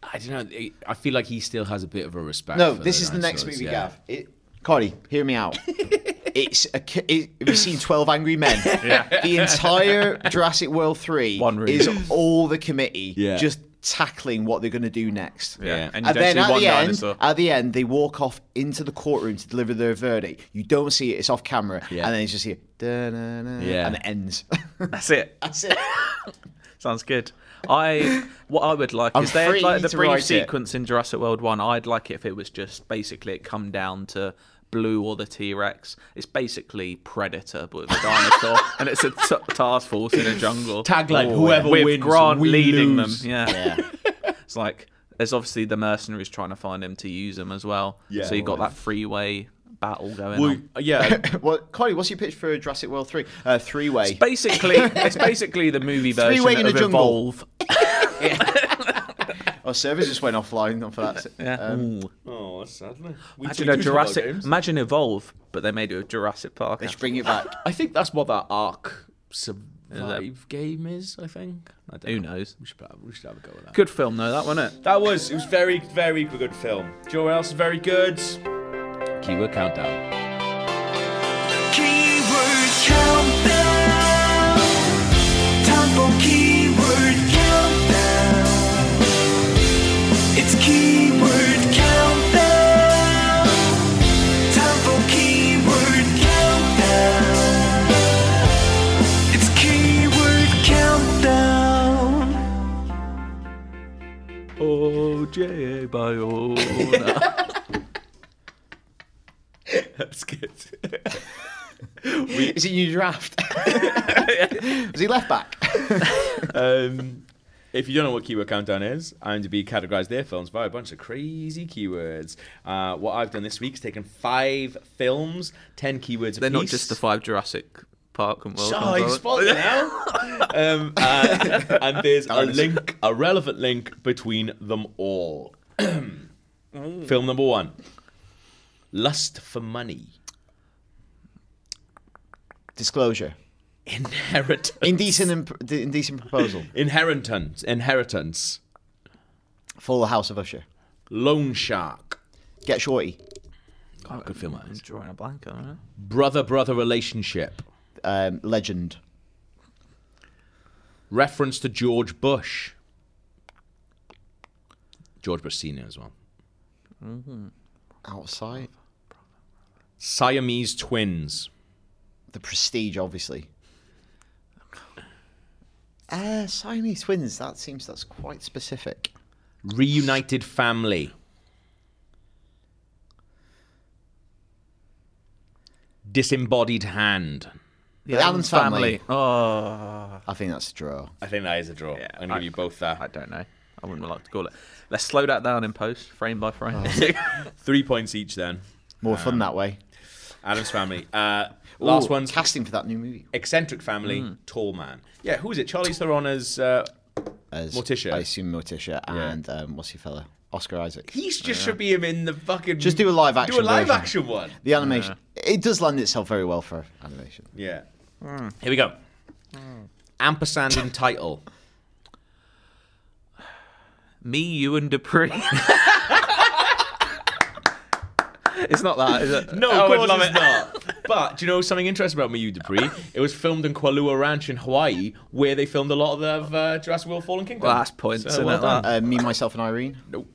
I don't know. I feel like he still has a bit of a respect. No, for this the is the next dinosaurs, movie, yeah. Gav. It, Corey, hear me out. it's a, ki- it, have you seen Twelve Angry Men? Yeah. The entire Jurassic World three One room. is all the committee Yeah. just tackling what they're going to do next. Yeah. and you And don't then see at one the end, dinosaur. at the end, they walk off into the courtroom to deliver their verdict. You don't see it; it's off camera, Yeah. and then it's just here, da-na-na, Yeah. and it ends. That's it. That's it. Sounds good. I what I would like I'm is they had, free like the to brief write it. sequence in Jurassic World One. I'd like it if it was just basically it come down to Blue or the T Rex. It's basically Predator but with a dinosaur, and it's a t- task force in a jungle. Tagline, Or "Whoever with wins, Grant we leading lose." them. Yeah. it's like there's obviously the mercenaries trying to find him to use him as well. Yeah. so you got that freeway battle going Well, on. Uh, yeah, What, Corey, what's your pitch for Jurassic World three? Uh, three way. Basically, it's basically the movie version Three-way in of a jungle. Evolve. Our servers just went offline for that. Um, Yeah. Ooh. Oh, sadly. We Imagine do a talk about Jurassic. games. Imagine Evolve, but they made it a Jurassic Park. They should bring it back. I think that's what that Ark Survive game is. I think. I don't Who know. knows? We should, have, we should have a go at that. Good film though, that wasn't it. That was it was very very good film. Do you know what else is very good? Keyword countdown. Keyword countdown. Time for keyword countdown. It's keyword countdown. Time for keyword countdown. It's keyword countdown. Oh, J.A. Bayona. That's good. Is he new draft? Is he left back? um, if you don't know what keyword countdown is, IMDb categorized their films by a bunch of crazy keywords. Uh, what I've done this week is taken five films, ten keywords. They're not just the five Jurassic Park and World. Oh, films, you are they? spotted it now. um, uh, and there's a link, a relevant link between them all. Film number one Lust for Money. Disclosure. Inheritance. Indecent, imp- indecent proposal. Inheritance. Inheritance. Full House of Usher. Loan Shark. Get shorty. God, good film that I'm is. drawing a blank on it. Brother brother relationship. Um, legend. Reference to George Bush. George Bush Senior as well. Outside. Siamese twins. The Prestige, obviously. Uh, Siamese twins. That seems that's quite specific. Reunited family. Disembodied hand. The Addams Family. Ah. Oh, I think that's a draw. I think that is a draw. Yeah, I'm gonna give I- you both that. I don't know. I wouldn't like to call it. Let's slow that down in post, frame by frame. Oh. Three points each then. More fun that way. Adam's family. Uh, Um, last Ooh, one's casting for that new movie. eccentric family, tall man. Yeah, who is it? Charlie Theron as uh, As Morticia. I assume Morticia and um, what's your fella? Oscar Isaac. he just should be him in the fucking. Just do a live action Do a live version. action one. The animation. It does lend itself very well for animation. Yeah. Here we go. Ampersand in title. Me, you, and Dupree. it's not that, is it? Oh, No, I of would course love it's it. not. But do you know something interesting about Miyu Dupree? It was filmed in Kualua Ranch in Hawaii, where they filmed a lot of the uh, Jurassic World Fallen Kingdom. Well, that's points, So, isn't well it, done. that? Uh, me, myself, and Irene. Nope.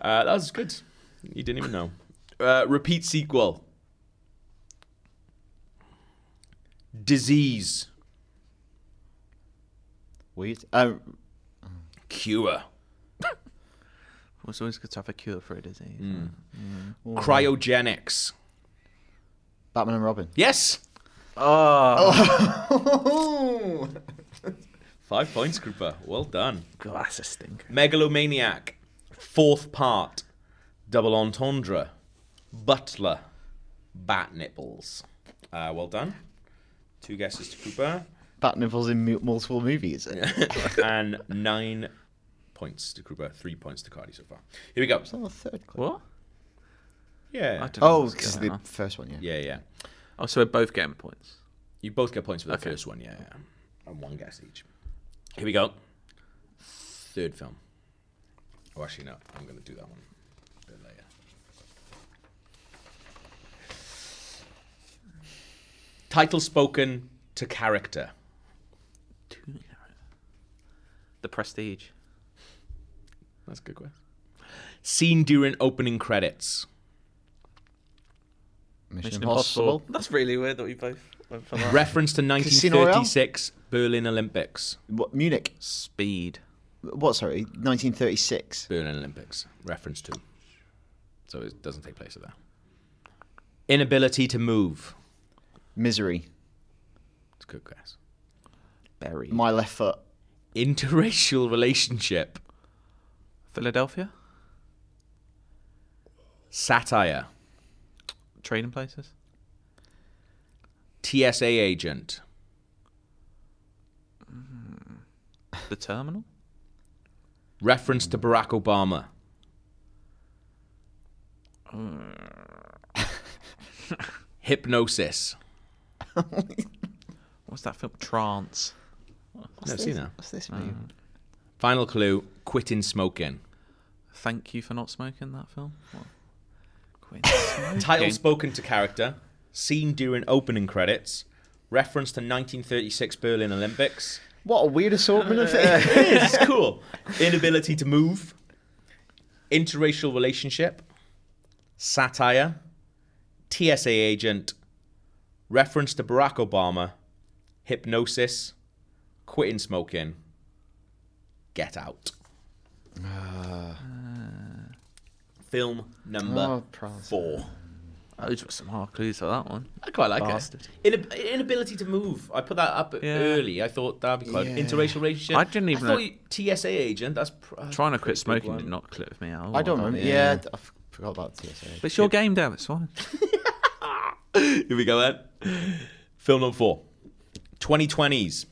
Uh, that was good. You didn't even know. Uh, repeat sequel. Disease. Weird. Uh, Cure. Well, It's always good to have a cure for a disease. Mm. Cryogenics. Batman and Robin. Yes. Oh, Five points, Cooper. Well done. God, that's a stink. Megalomaniac. Fourth part. Double entendre. Butler. Bat nipples. Uh, well done. Two guesses to Cooper. Bat nipples in mu- multiple movies. Yeah. and nine points to Cooper. Three points to Cardi so far. Here we go. Oh, third clip. What? I Yeah. don't know Oh, what's because going the on. first one, yeah. Yeah, yeah. Oh, so we're both getting points. You both get points for the Okay. first one, yeah, yeah. And one guess each. Here we go. Third film. Oh, actually, no. I'm going to do that one a bit later. Title spoken to character. The Prestige. That's a good question. Scene during opening credits. Mission, Mission Impossible. Impossible. That's really weird that we both went for that. Reference to Casino Royale? 1936 Berlin Olympics. What, Munich. Speed. What? Sorry, 1936. Berlin Olympics. Reference to. So it doesn't take place there. Inability to move. Misery. It's a good guess. Berry. My left foot. Interracial relationship. Philadelphia. Satire. Trading places. TSA agent. The terminal. Reference to Barack Obama. Hypnosis. What's that film? Trance. Never seen that. What's this mean? Final clue quitting smoking. Thank you for not smoking that film. What? Quit Title smoking. spoken to character. Scene during opening credits. Reference to 1936 Berlin Olympics. What a weird assortment of things. It's cool. Inability to move. Interracial relationship. Satire. TSA agent. Reference to Barack Obama. Hypnosis. Quitting smoking. Get out. Film number Oh, Prowse. four. Those were some hard clues for that one. I quite like Bastard. it. Inab- inability to move. I put that up Yeah. early. I thought that'd be quite Yeah. interracial relationship. I didn't even I thought know- you- TSA agent. That's pr- uh, Trying pretty to quit big smoking one. did not clip me out. I don't Oh, remember. Yeah, I f- forgot about TSA. But it's your game, damn it, it's fine. Here we go then. Film number four. 2020s.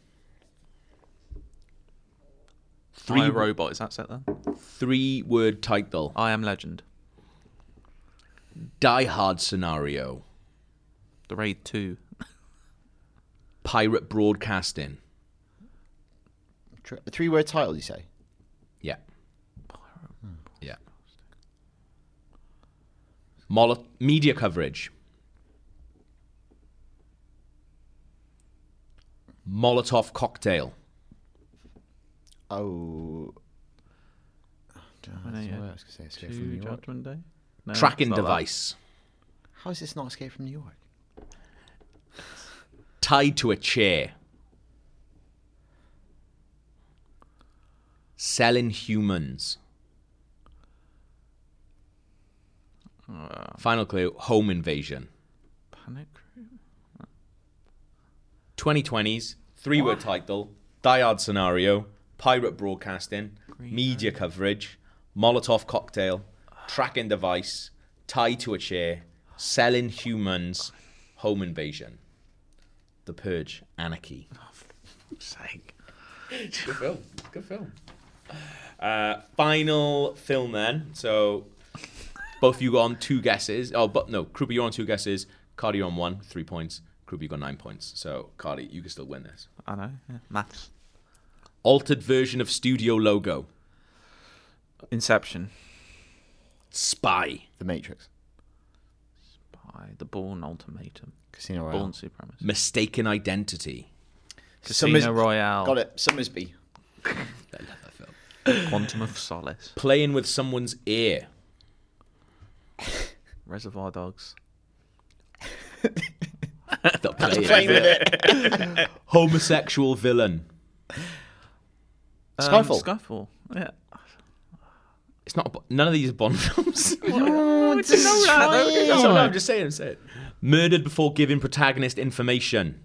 Three Three robot. Is that set then? three word title. I am Legend. Die Hard scenario. The Raid Two. Pirate broadcasting. Three word title, you say? Yeah. Yeah. Molo- media coverage. Molotov cocktail. Oh. I don't know, know, that's yeah. what I was gonna say, Escape from Two New York. Judgment Day. No, Tracking Eh, it's not that. device. How is this not Escape from New York? tied to a chair. Selling humans. Final clue home invasion. Panic Room? 2020s, three word title, Diard scenario, pirate broadcasting, media coverage, Molotov cocktail, tracking device, tied to a chair, selling humans, home invasion. The Purge, Anarchy. Sake. Good film. Good film. Uh, final film then. So both of you got on two guesses. Oh, but no, Krupa, you're on two guesses. Cardi, you're on one, three points. Krupa, you got nine points. So Cardi, you can still win this. I know. Yeah. Maths. Altered version of studio logo. Inception. Spy. The Matrix. By the Bourne Ultimatum. Casino Royale. Bourne Supremacy. Mistaken identity. Casino Summers- Royale. Got it. Summersby. Quantum of Solace. Playing with someone's ear. Reservoir Dogs. The playing with it. Homosexual villain. Um, Skyfall. Skyfall. Yeah. It's not. A, Bo- none of these are Bond films. Oh, this is That's what I'm fine. just saying. I'm saying. Murdered before giving protagonist information.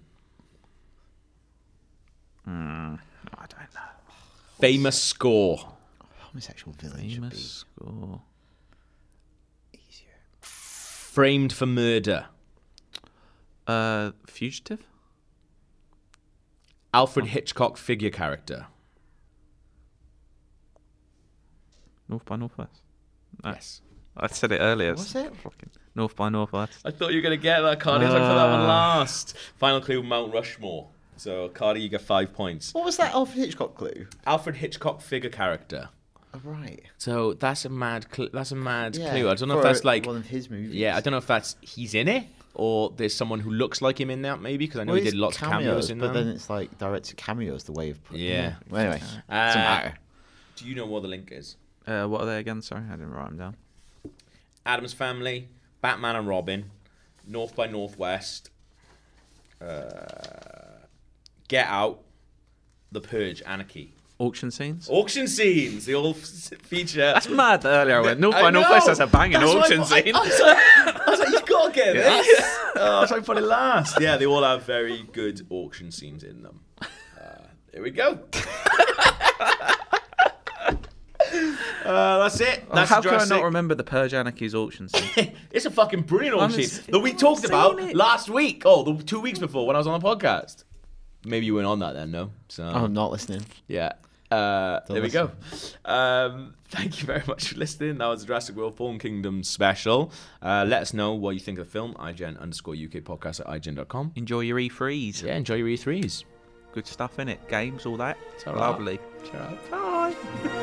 I don't know. Famous score. Homosexual village. would be- Famous score. Framed for murder. Uh, Fugitive. Alfred Hitchcock figure character. North by Northwest. Yes. I said it earlier. it's was it? Fucking North by Northwest. I thought you were going to get that, Cardi. I was like, for that one last. Final clue Mount Rushmore. So, Cardi, you get five points. What was that Alfred Hitchcock clue? Alfred Hitchcock figure character. Oh, right. So, that's a mad cl- that's a mad Yeah, clue. I don't know if for that's like. one of his movies. Yeah, I don't know if that's he's in it or there's someone who looks like him in that maybe because I know he did lots of cameos in but that. then it's like directed cameos. The way of putting Yeah. It. Well, anyway, doesn't Uh, matter. Do you know what the link is? Uh, what are they again? Sorry, I didn't write them down. Adam's Family, Batman and Robin, North by Northwest, uh, Get Out, The Purge, Anarchy. Auction scenes. Auction scenes. They all f- feature. That's mad. Earlier I went North by know. Northwest. That's a banging That's why auction I- scene. I, was like, I was like, you gotta get this. Oh, I was trying to put it last. Yeah, they all have very good auction scenes in them. Uh, there we go. Uh, that's it. That's How can I Jurassic- not remember the Purge Anarchy's auction scene? It's a fucking brilliant auction just- scene that we talked seen about it. last week. Oh, the two weeks before when I was on the podcast. Maybe you weren't on that then, no? So Oh, I'm not listening. yeah. Uh, there we listen. go. Um, thank you very much for listening. That was the Jurassic World Fallen Kingdom special. Uh, let us know what you think of the film. IGN underscore UK podcast at IGN.com. Enjoy your E3s. Yeah, enjoy your E E3s. Good stuff in it. Games, all that. all right. Lovely. Cheer up. Bye.